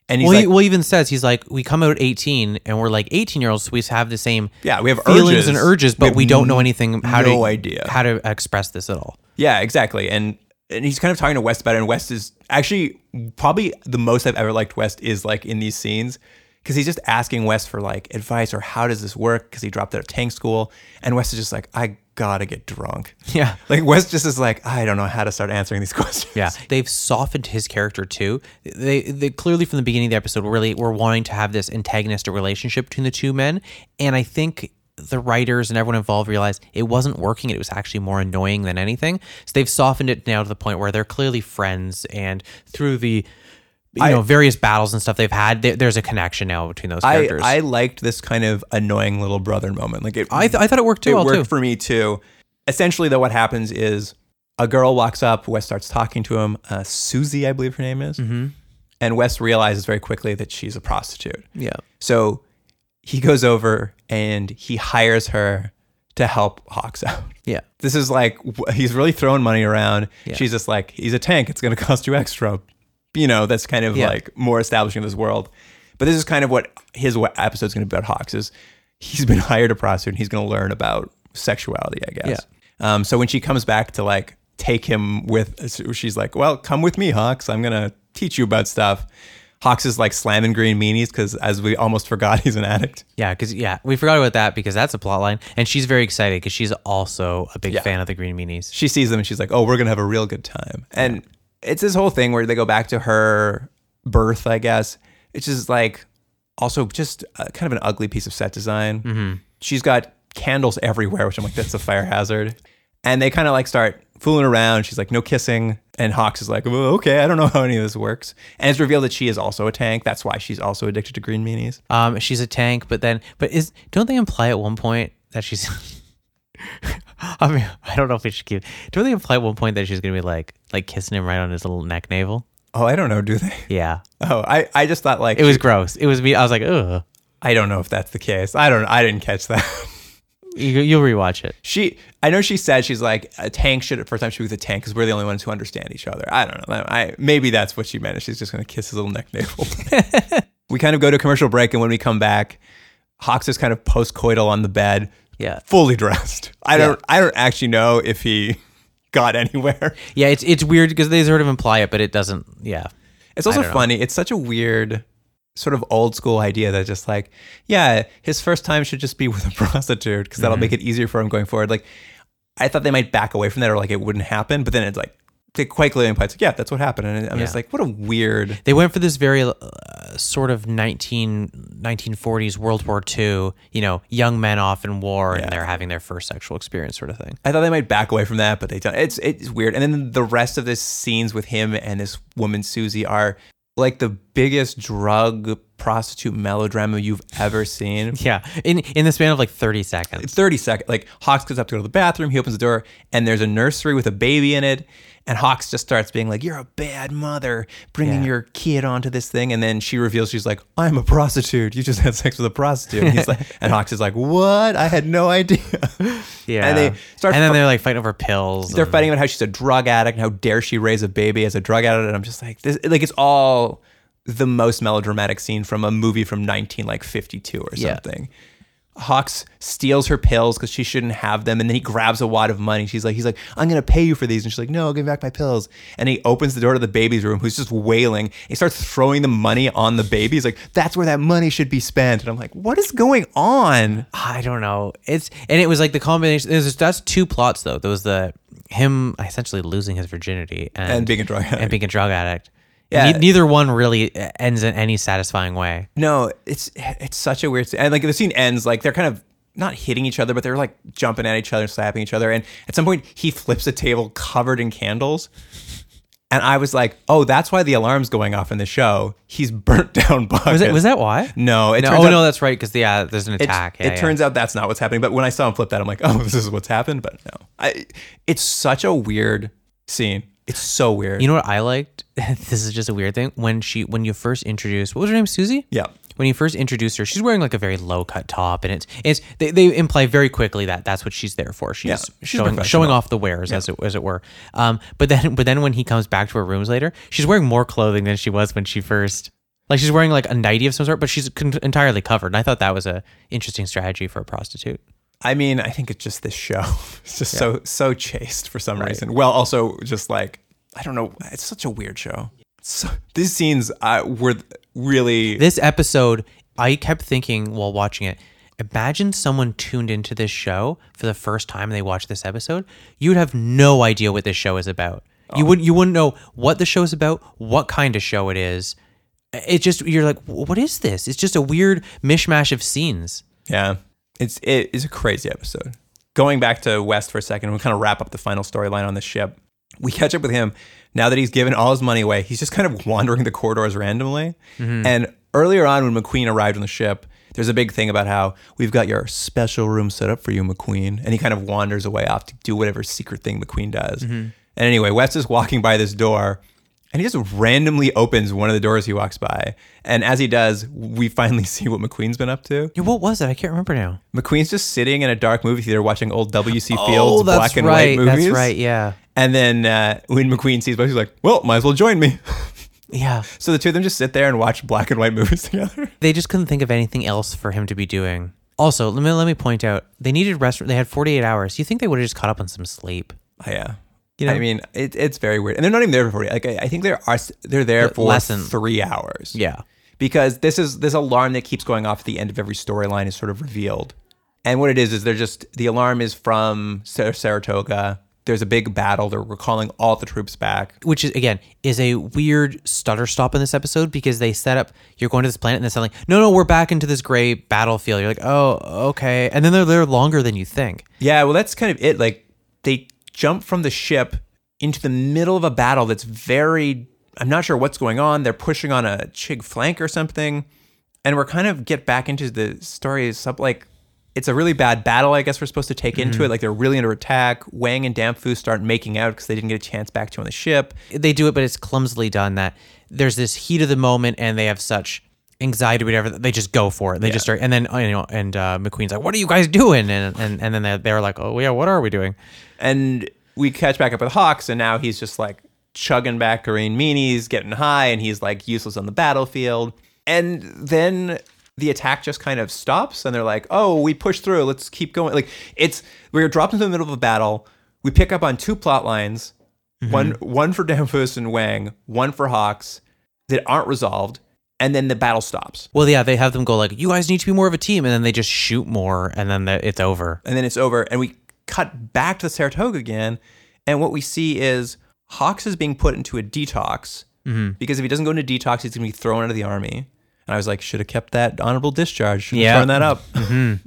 Speaker 1: and he's
Speaker 3: well,
Speaker 1: like,
Speaker 3: he, well, he even says he's like, we come out 18 and we're like 18 year olds, so we have the same
Speaker 1: Yeah, we have
Speaker 3: feelings
Speaker 1: urges.
Speaker 3: and urges,
Speaker 1: We
Speaker 3: but
Speaker 1: have
Speaker 3: we, don't know
Speaker 1: n-
Speaker 3: anything how
Speaker 1: no
Speaker 3: to
Speaker 1: idea.
Speaker 3: how to express this at all.
Speaker 1: yeah, exactly, and and he's kind of talking to West about it, and West is actually probably the most I've ever liked West is like in these scenes. Because he's just asking West for like advice or how does this work? Because he dropped out of tank school, and West is just like, I gotta get drunk.
Speaker 3: Yeah.
Speaker 1: like West just is like, I don't know how to start answering these questions.
Speaker 3: Yeah, they've softened his character too. They, they clearly from the beginning of the episode really were wanting to have this antagonistic relationship between the two men, and I think the writers and everyone involved realized it wasn't working. It was actually more annoying than anything. So they've softened it now to the point where they're clearly friends, and through the you know various battles and stuff they've had, there, there's a connection now between those
Speaker 1: I,
Speaker 3: characters.
Speaker 1: I liked this kind of annoying little brother moment. Like it,
Speaker 3: I, th- I thought it worked too
Speaker 1: it
Speaker 3: well
Speaker 1: worked
Speaker 3: too.
Speaker 1: for me too. Essentially, though, what happens is a girl walks up. Wes starts talking to him. Uh, Susie, I believe her name is,
Speaker 3: Mm-hmm.
Speaker 1: and Wes realizes very quickly that she's a prostitute.
Speaker 3: yeah,
Speaker 1: So he goes over and he hires her to help Hawks out.
Speaker 3: yeah.
Speaker 1: This is like wh- he's really throwing money around. She's just like, he's a tank. It's going to cost you extra. You know, that's kind of
Speaker 3: Yeah.
Speaker 1: like more establishing this world. But this is kind of what his wa- episode's going to be about. Hawks is he's been hired a prostitute. and He's going to learn about sexuality, I guess. Um, so when she comes back to like take him with, so she's like, "Well, come with me, Hawks. I'm going to teach you about stuff." Hawks is like slamming green meanies because, as we almost forgot, he's an addict.
Speaker 3: Yeah, because yeah, we forgot about that because that's a plot line, and she's very excited because she's also a big
Speaker 1: Yeah.
Speaker 3: fan of the Green Meanies.
Speaker 1: she sees them and she's like, "Oh, we're gonna have a real good time." And it's this whole thing where they go back to her birth, I guess. It's just like also just uh kind of an ugly piece of set design.
Speaker 3: Mm-hmm.
Speaker 1: She's got candles everywhere, which I'm like, that's a fire hazard. And they kind of like start fooling around. She's like, "No kissing," and Hawks is like, well, "Okay, I don't know how any of this works." And it's revealed that she is also a tank. That's why she's also addicted to green meanies.
Speaker 3: Um, she's a tank, but then, but is don't they imply at one point that she's. I mean, I don't know if we should keep. Do they imply at one point that she's gonna be like, like kissing him right on his little neck navel?
Speaker 1: Oh, I don't know. Do they?
Speaker 3: Yeah,
Speaker 1: Oh, I, I just thought like
Speaker 3: it was gross. It was me. I was like, ugh.
Speaker 1: I don't know if that's the case. I don't. I didn't catch that.
Speaker 3: You, you'll rewatch it.
Speaker 1: she. I know she said she's like a tank shit at first time she was a tank because we're the only ones who understand each other. I don't know. I maybe that's what she meant. is She's just gonna kiss his little neck navel. we kind of go to commercial break, and when we come back, Hawks is kind of post coital on the bed,
Speaker 3: Yeah.
Speaker 1: fully dressed. I don't. I don't actually know if he got anywhere.
Speaker 3: Yeah, it's it's weird because they sort of imply it, but it doesn't. Yeah,
Speaker 1: It's also
Speaker 3: don't know.
Speaker 1: funny. It's such a weird sort of old school idea that just like, yeah, his first time should just be with a prostitute because
Speaker 3: Mm-hmm.
Speaker 1: that'll make it easier for him going forward. Like, I thought they might back away from that or like it wouldn't happen, but then it's like, they quite clearly implies, like, yeah, that's what happened. And I'm just
Speaker 3: Yeah.
Speaker 1: like, what a weird.
Speaker 3: they went for this very uh, sort of 19, 1940s World War II. You know, young men off in war and they're having their first sexual experience, sort of thing.
Speaker 1: I thought they might back away from that, but they don't. It's it's weird. And then the rest of the scenes with him and this woman Susie are like the biggest drug prostitute melodrama you've ever seen.
Speaker 3: Yeah, in in the span of like thirty seconds.
Speaker 1: 30 seconds. Like Hawks goes up to go to the bathroom. He opens the door and there's a nursery with a baby in it. And Hawks just starts being like, You're a bad mother bringing
Speaker 3: Yeah.
Speaker 1: your kid onto this thing. And then she reveals, She's like, I'm a prostitute. You just had sex with a prostitute. And, he's like, and Hawks is like, What? I had no idea.
Speaker 3: Yeah,
Speaker 1: And they start.
Speaker 3: and then they're like fighting over pills.
Speaker 1: they're
Speaker 3: and-
Speaker 1: fighting about how she's a drug addict and how dare she raise a baby as a drug addict. And I'm just like, this, like it's all the most melodramatic scene from a movie from 19 like 52 or
Speaker 3: Yeah.
Speaker 1: something. Hawks steals her pills because she shouldn't have them, and then he grabs a wad of money. She's like, he's like, I'm gonna pay you for these, and she's like, No, give me back my pills. And he opens the door to the baby's room, who's just wailing. He starts throwing the money on the baby. He's like, That's where that money should be spent. And I'm like, What is going on?
Speaker 3: I don't know. It's and it was like the combination. There's that's two plots though. There was the him essentially losing his virginity and,
Speaker 1: And being a drug addict.
Speaker 3: and being a drug addict.
Speaker 1: Yeah.
Speaker 3: Ne- neither one really uh, ends in any satisfying way.
Speaker 1: No, it's it's such a weird scene. And like the scene ends like they're kind of not hitting each other, but they're like jumping at each other, slapping each other. And at some point, he flips a table covered in candles. And I was like, oh, that's why the alarm's going off in the show. He's burnt down buckets.
Speaker 3: Was it? Was that why?
Speaker 1: No, it
Speaker 3: no
Speaker 1: turns
Speaker 3: oh
Speaker 1: out-
Speaker 3: no, that's right. Because yeah, there's an
Speaker 1: it,
Speaker 3: attack.
Speaker 1: it turns out that's not what's happening. But when I saw him flip that, I'm like, oh, this is what's happened. But no, I, it's such a weird scene. It's so weird.
Speaker 3: You know what I liked? this is just a weird thing. When she, when you first introduced, what was her name? Susie.
Speaker 1: Yeah.
Speaker 3: When you first introduced her, she's wearing like a very low cut top, and it's it's they, they imply very quickly that that's what she's there for. She's,
Speaker 1: Yeah, she's
Speaker 3: showing
Speaker 1: professional.
Speaker 3: showing off the wares as it as it were. Um, but then but then when he comes back to her rooms later, she's wearing more clothing than she was when she first. Like she's wearing like a nightie of some sort, but she's con- entirely covered. And I thought that was a interesting strategy for a prostitute.
Speaker 1: I mean, I think it's just this show. It's just so so chaste for some reason. Well, also just like I don't know. It's such a weird show. So, these scenes uh, were th- really
Speaker 3: this episode, I kept thinking while watching it, imagine someone tuned into this show for the first time they watched this episode. You'd have no idea what this show is about. You
Speaker 1: Oh.
Speaker 3: wouldn't you wouldn't know what the show is about, what kind of show it is. It just you're like, "Wh- what is this? It's just a weird mishmash of scenes.
Speaker 1: yeah. It's it is a crazy episode. Going back to West for a second, we kind of wrap up the final storyline on the ship. We catch up with him now that he's given all his money away. He's just kind of wandering the corridors randomly. And earlier on, when McQueen arrived on the ship, there's a big thing about how we've got your special room set up for you, McQueen. And he kind of wanders away off to do whatever secret thing McQueen does. And anyway, West is walking by this door and he just randomly opens one of the doors he walks by. And as he does, we finally see what McQueen's been up to.
Speaker 3: Yeah, what was it? I can't remember now.
Speaker 1: McQueen's just sitting in a dark movie theater watching old W.C. Fields
Speaker 3: oh, that's
Speaker 1: black and
Speaker 3: right.
Speaker 1: white movies.
Speaker 3: That's right. Yeah.
Speaker 1: And then uh, when McQueen sees Bugs, he's like, well, might as well join me.
Speaker 3: Yeah.
Speaker 1: so the two of them just sit there and watch black and white movies together.
Speaker 3: they just couldn't think of anything else for him to be doing. Also, let me let me point out they needed rest. They had 48 hours. You think they would have just caught up on some sleep?
Speaker 1: yeah.
Speaker 3: You know?
Speaker 1: I mean, it, it's very weird. And they're not even there for 40. Like, I, I think they're, are, they're there
Speaker 3: The
Speaker 1: for
Speaker 3: lesson.
Speaker 1: three hours. because this is this alarm that keeps going off at the end of every storyline is sort of revealed. And what it is is they're just the alarm is from Sar- Saratoga. There's a big battle. They're recalling all the troops back.
Speaker 3: Which is again is a weird stutter stop in this episode because they set up you're going to this planet and they sound like no no we're back into this gray battlefield. You're like oh okay, and then they're there longer than you think.
Speaker 1: Yeah, well, that's kind of it. Like they jump from the ship into the middle of a battle that's very. I'm not sure what's going on. They're pushing on a Chig flank or something, and we're kind of get back into the story. Sub like it's a really bad battle, I guess we're supposed to take into it. Like they're really under attack. Wang and Damfu start making out because they didn't get a chance back to on the ship.
Speaker 3: they do it, but it's clumsily done. That there's this heat of the moment, and they have such anxiety, whatever. That they just go for it. They just start, and then you know, and uh, McQueen's like, "What are you guys doing?" And and and then they're, they're like, "Oh yeah, what are we doing?"
Speaker 1: And we catch back up with Hawks, and now he's just like chugging back green meanies, getting high, and he's like useless on the battlefield. And then the attack just kind of stops, and they're like, "Oh, we pushed through. Let's keep going." Like it's we're dropped into the middle of a battle. We pick up on two plot lines, one one for Danfus and Wang, one for Hawks, that aren't resolved, and then the battle stops.
Speaker 3: Well, yeah, they have them go like, "You guys need to be more of a team," and then they just shoot more, and then the, it's over.
Speaker 1: and then it's over and we cut back to the saratoga again and what we see is hawks is being put into a detox
Speaker 3: Mm-hmm.
Speaker 1: because if he doesn't go into detox he's going to be thrown out of the army and i was like should have kept that honorable discharge should have
Speaker 3: Yeah. Mm-hmm.
Speaker 1: thrown that up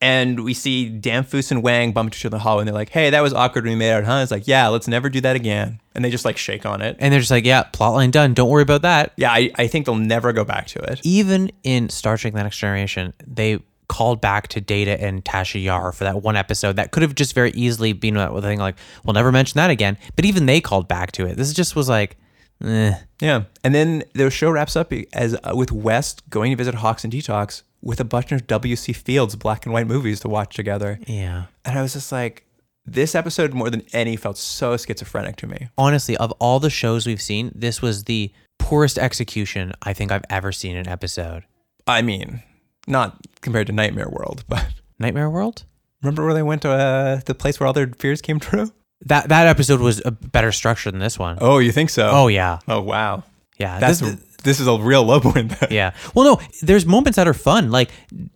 Speaker 1: and we see damfus and wang bump into each other in the hallway and they're like hey that was awkward when we made out huh it's like yeah let's never do that again and they just like shake on it
Speaker 3: And they're just like, "Yeah, plotline done. Don't worry about that."
Speaker 1: yeah I, I think they'll never go back to it
Speaker 3: Even in Star Trek: The Next Generation, they called back to Data and Tasha Yar for that one episode that could have just very easily been a thing like, "We'll never mention that again." But even they called back to it. This just was like, eh.
Speaker 1: Yeah, and then the show wraps up as uh, with West going to visit Hawks and Detox with a bunch of W.C. Fields black and white movies to watch together,
Speaker 3: "Yeah."
Speaker 1: and I was just like, this episode more than any felt so schizophrenic to me.
Speaker 3: honestly, of all the shows we've seen, this was the poorest execution I think I've ever seen in an episode.
Speaker 1: I mean, not compared to Nightmare World, but
Speaker 3: Nightmare World?
Speaker 1: remember where they went to uh, the place where all their fears came true?
Speaker 3: That that episode was a better structure than this one. Oh,
Speaker 1: Oh, you think so?
Speaker 3: yeah.
Speaker 1: Oh wow.
Speaker 3: Yeah.
Speaker 1: That's
Speaker 3: this-
Speaker 1: this is a real low point. Then.
Speaker 3: yeah. Well, no, there's moments that are fun. Like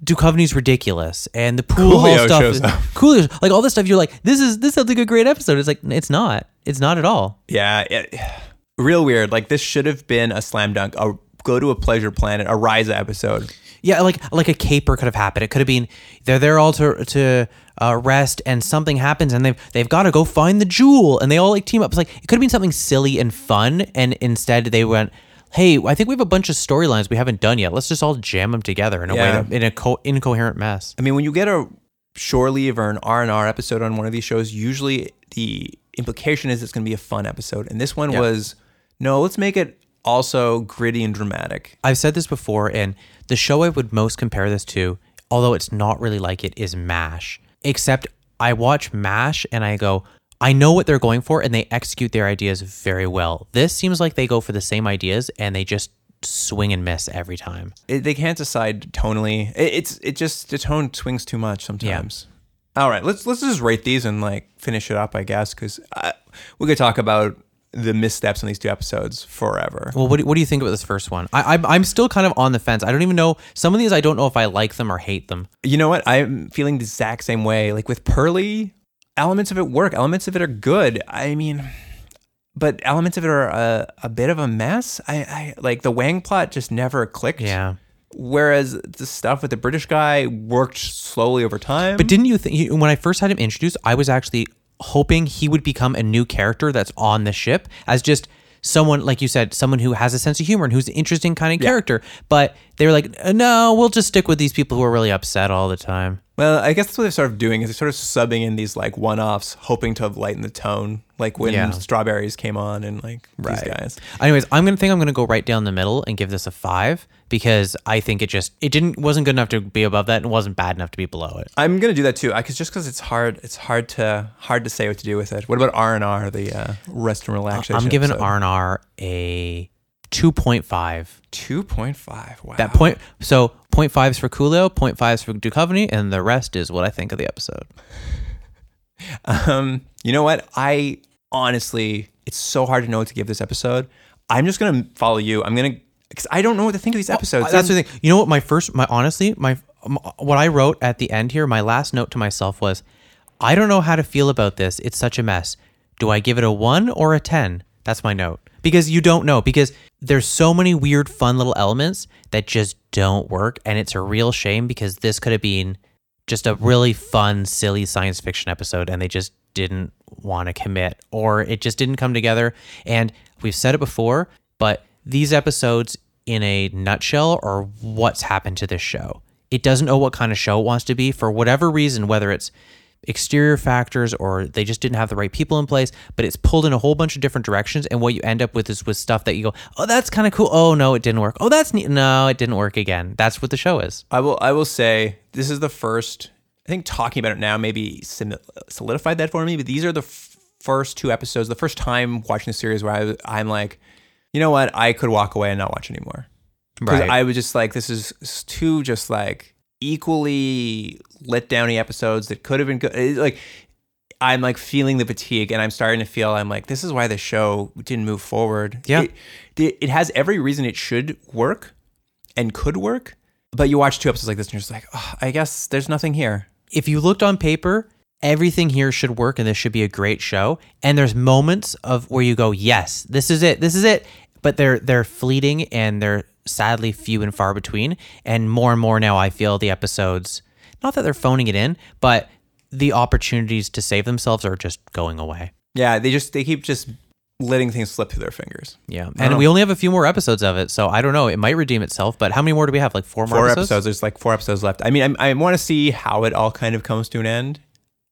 Speaker 3: Duchovny's ridiculous and the pool hall
Speaker 1: Coolio
Speaker 3: stuff.
Speaker 1: shows up.
Speaker 3: Coolio, like all this stuff. You're like, this is this sounds like a great episode. It's like it's not. It's not at all.
Speaker 1: Yeah, it, real weird. Like this should have been a slam dunk. A go to a pleasure planet, a Riza episode.
Speaker 3: Yeah, like like a caper could have happened. It could have been they're there all to to uh, rest, and something happens, and they've they've got to go find the jewel, and they all like team up. It's like it could have been something silly and fun, and instead they went, "Hey, I think we have a bunch of storylines we haven't done yet. Let's just all jam them together in a
Speaker 1: Yeah.
Speaker 3: way that, in a co- incoherent mess."
Speaker 1: I mean, when you get a shore leave or an R and R episode on one of these shows, usually the implication is it's going to be a fun episode. And this one was, no, let's make it also gritty and dramatic.
Speaker 3: I've said this before, and the show I would most compare this to, although it's not really like it, is MASH. Except I watch MASH and I go, I know what they're going for, and they execute their ideas very well. This seems like they go for the same ideas and they just swing and miss every time.
Speaker 1: It, they can't decide tonally. It, it's it just the tone swings too much sometimes. All right, let's let's just rate these and like finish it up, I guess, because we could talk about the missteps in these two episodes forever.
Speaker 3: Well, what do, what do you think about this first one? I, I'm, I'm still kind of on the fence. I don't even know. Some of these, I don't know if I like them or hate them.
Speaker 1: you know what? I'm feeling the exact same way. Like with Pearly, elements of it work, elements of it are good. I mean, but elements of it are a, a bit of a mess. I, I like the Wang plot just never clicked.
Speaker 3: Yeah.
Speaker 1: Whereas the stuff with the British guy worked slowly over time.
Speaker 3: But didn't you think when I first had him introduced, I was actually hoping he would become a new character that's on the ship as just someone like you said, someone who has a sense of humor and who's an interesting kind of character. But they were like, "Uh, no, we'll just stick with these people who are really upset all the time.
Speaker 1: well, I guess that's what they're sort of doing is they're sort of subbing in these like one offs, hoping to lighten the tone. Like when
Speaker 3: Yeah.
Speaker 1: strawberries came on and like these guys.
Speaker 3: Anyways, I'm gonna think I'm gonna go right down the middle and give this a five because I think it just it didn't wasn't good enough to be above that and wasn't bad enough to be below it.
Speaker 1: I'm gonna do that too. I cause just cause it's hard, it's hard to hard to say what to do with it. What about R and R, the uh, rest and relaxation?
Speaker 3: I'm giving
Speaker 1: episode?
Speaker 3: R and R a two point five.
Speaker 1: two point five. Wow.
Speaker 3: That point, so point fives for Coolio, point fives for Duchovny, and the rest is what I think of the episode.
Speaker 1: Um, you know what? I honestly, it's so hard to know what to give this episode. I'm just gonna follow you. I'm gonna because I don't know what to think of these episodes.
Speaker 3: Uh, That's the thing. You know what? My first, my honestly, my um, what I wrote at the end here, my last note to myself was, I don't know how to feel about this. It's such a mess. Do I give it a one or a ten? That's my note because you don't know because there's so many weird, fun little elements that just don't work, and it's a real shame because this could have been just a really fun, silly science fiction episode, and they just didn't want to commit, or it just didn't come together. And we've said it before, but these episodes, in a nutshell, are what's happened to this show. It doesn't know what kind of show it wants to be for whatever reason, whether it's exterior factors or they just didn't have the right people in place, but it's pulled in a whole bunch of different directions. And what you end up with is with stuff that you go, oh, that's kind of cool. Oh, no, it didn't work. Oh, that's neat. No, it didn't work again. That's what the show is.
Speaker 1: I will. I will say this is the first. I think talking about it now maybe sim- solidified that for me. But these are the f- first two episodes, the first time watching the series where I, I'm like, you know what, I could walk away and not watch anymore. 'Cause
Speaker 3: Right.
Speaker 1: I was just like, this is s- two just like equally let downy episodes that could have been good. It- Like, I'm like feeling the fatigue, and I'm starting to feel I'm like, this is why the show didn't move forward.
Speaker 3: Yeah.
Speaker 1: It- it, it has every reason it should work and could work, but you watch two episodes like this and you're just like, oh, I guess there's nothing here.
Speaker 3: if you looked on paper, everything here should work and this should be a great show. And there's moments of where you go, yes, this is it, this is it. But they're they're fleeting and they're sadly few and far between. And more and more now I feel the episodes not that they're phoning it in, but the opportunities to save themselves are just going away.
Speaker 1: Yeah, they just they keep just letting things slip through their fingers.
Speaker 3: Yeah. And we only have a few more episodes of it. So I don't know. It might redeem itself, but how many more do we have? Like four more
Speaker 1: Four
Speaker 3: episodes?
Speaker 1: episodes? There's like four episodes left. I mean, I, I want to see how it all kind of comes to an end.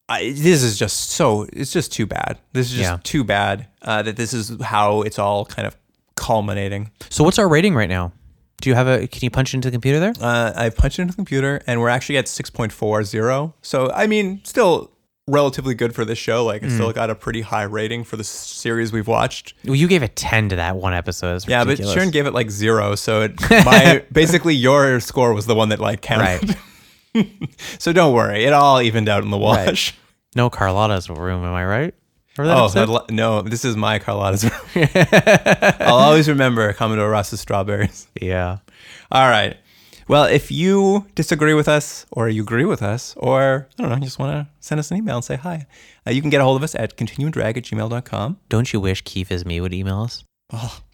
Speaker 1: I, this is just so. It's just too bad. This is just
Speaker 3: Yeah.
Speaker 1: too bad uh, that this is how it's all kind of culminating.
Speaker 3: So what's our rating right now? Do you have a can you punch into the computer there?
Speaker 1: Uh, I punched it into the computer, and we're actually at six point four zero. So I mean, still relatively good for this show. Like, it
Speaker 3: Hmm.
Speaker 1: still got a pretty high rating for the s- series we've watched.
Speaker 3: Well, you gave a ten to that one episode. That's
Speaker 1: Yeah,
Speaker 3: ridiculous.
Speaker 1: but Sharon gave it like zero, so it, my basically your score was the one that like counted.
Speaker 3: right.
Speaker 1: So don't worry, it all evened out in the wash.
Speaker 3: No Carlotta's room. Am I right? Remember that
Speaker 1: Oh
Speaker 3: episode?
Speaker 1: that- no, this is my Carlotta's room. I'll always remember Commodore Ross's strawberries.
Speaker 3: yeah.
Speaker 1: All right. Well, if you disagree with us, or you agree with us, or I don't know, you just want to send us an email and say hi, uh, you can get a hold of us at continuumdrag at gmail.com. Oh,
Speaker 3: Don't you wish Keith is me would email us?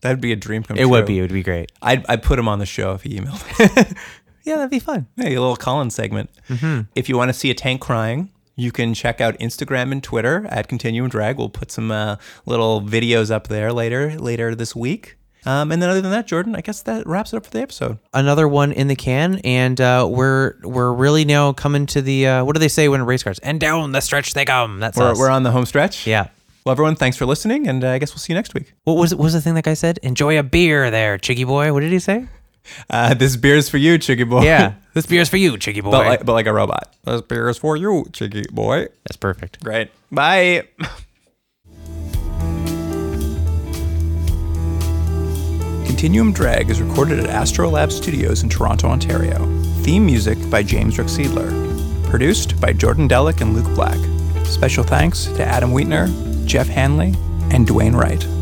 Speaker 1: That'd be a dream come
Speaker 3: It
Speaker 1: true.
Speaker 3: would be. It would be great.
Speaker 1: I'd, I'd put him on the show if he emailed.
Speaker 3: Yeah, that'd be fun.
Speaker 1: Hey, a little Colin segment.
Speaker 3: Mm-hmm.
Speaker 1: If you want to see a tank crying, you can check out Instagram and Twitter at Continuum Drag. We'll put some uh, little videos up there later later this week. Um, and then other than that, Jordan, I guess that wraps it up for the episode.
Speaker 3: Another one in the can, and uh, we're we're really now coming to the uh, what do they say when race cars? And down the stretch they come. That's
Speaker 1: We're,
Speaker 3: us.
Speaker 1: we're on the home stretch.
Speaker 3: Yeah.
Speaker 1: Well, everyone, thanks for listening, and uh, I guess we'll see you next week.
Speaker 3: What was what was the thing that guy said? Enjoy a beer there, chiggy boy. What did he say?
Speaker 1: Uh, this beer's for you, Chiggy Boy.
Speaker 3: this beer's for you, chiggy boy.
Speaker 1: but, like, but like a robot. This beer's for you, Chiggy Boy.
Speaker 3: That's perfect.
Speaker 1: Great. Bye. Continuum Drag is recorded at Astrolab Studios in Toronto, Ontario. Theme music by James Rickseedler. Produced by Jordan Delick and Luke Black. Special thanks to Adam Wheatner, Jeff Hanley, and Dwayne Wright.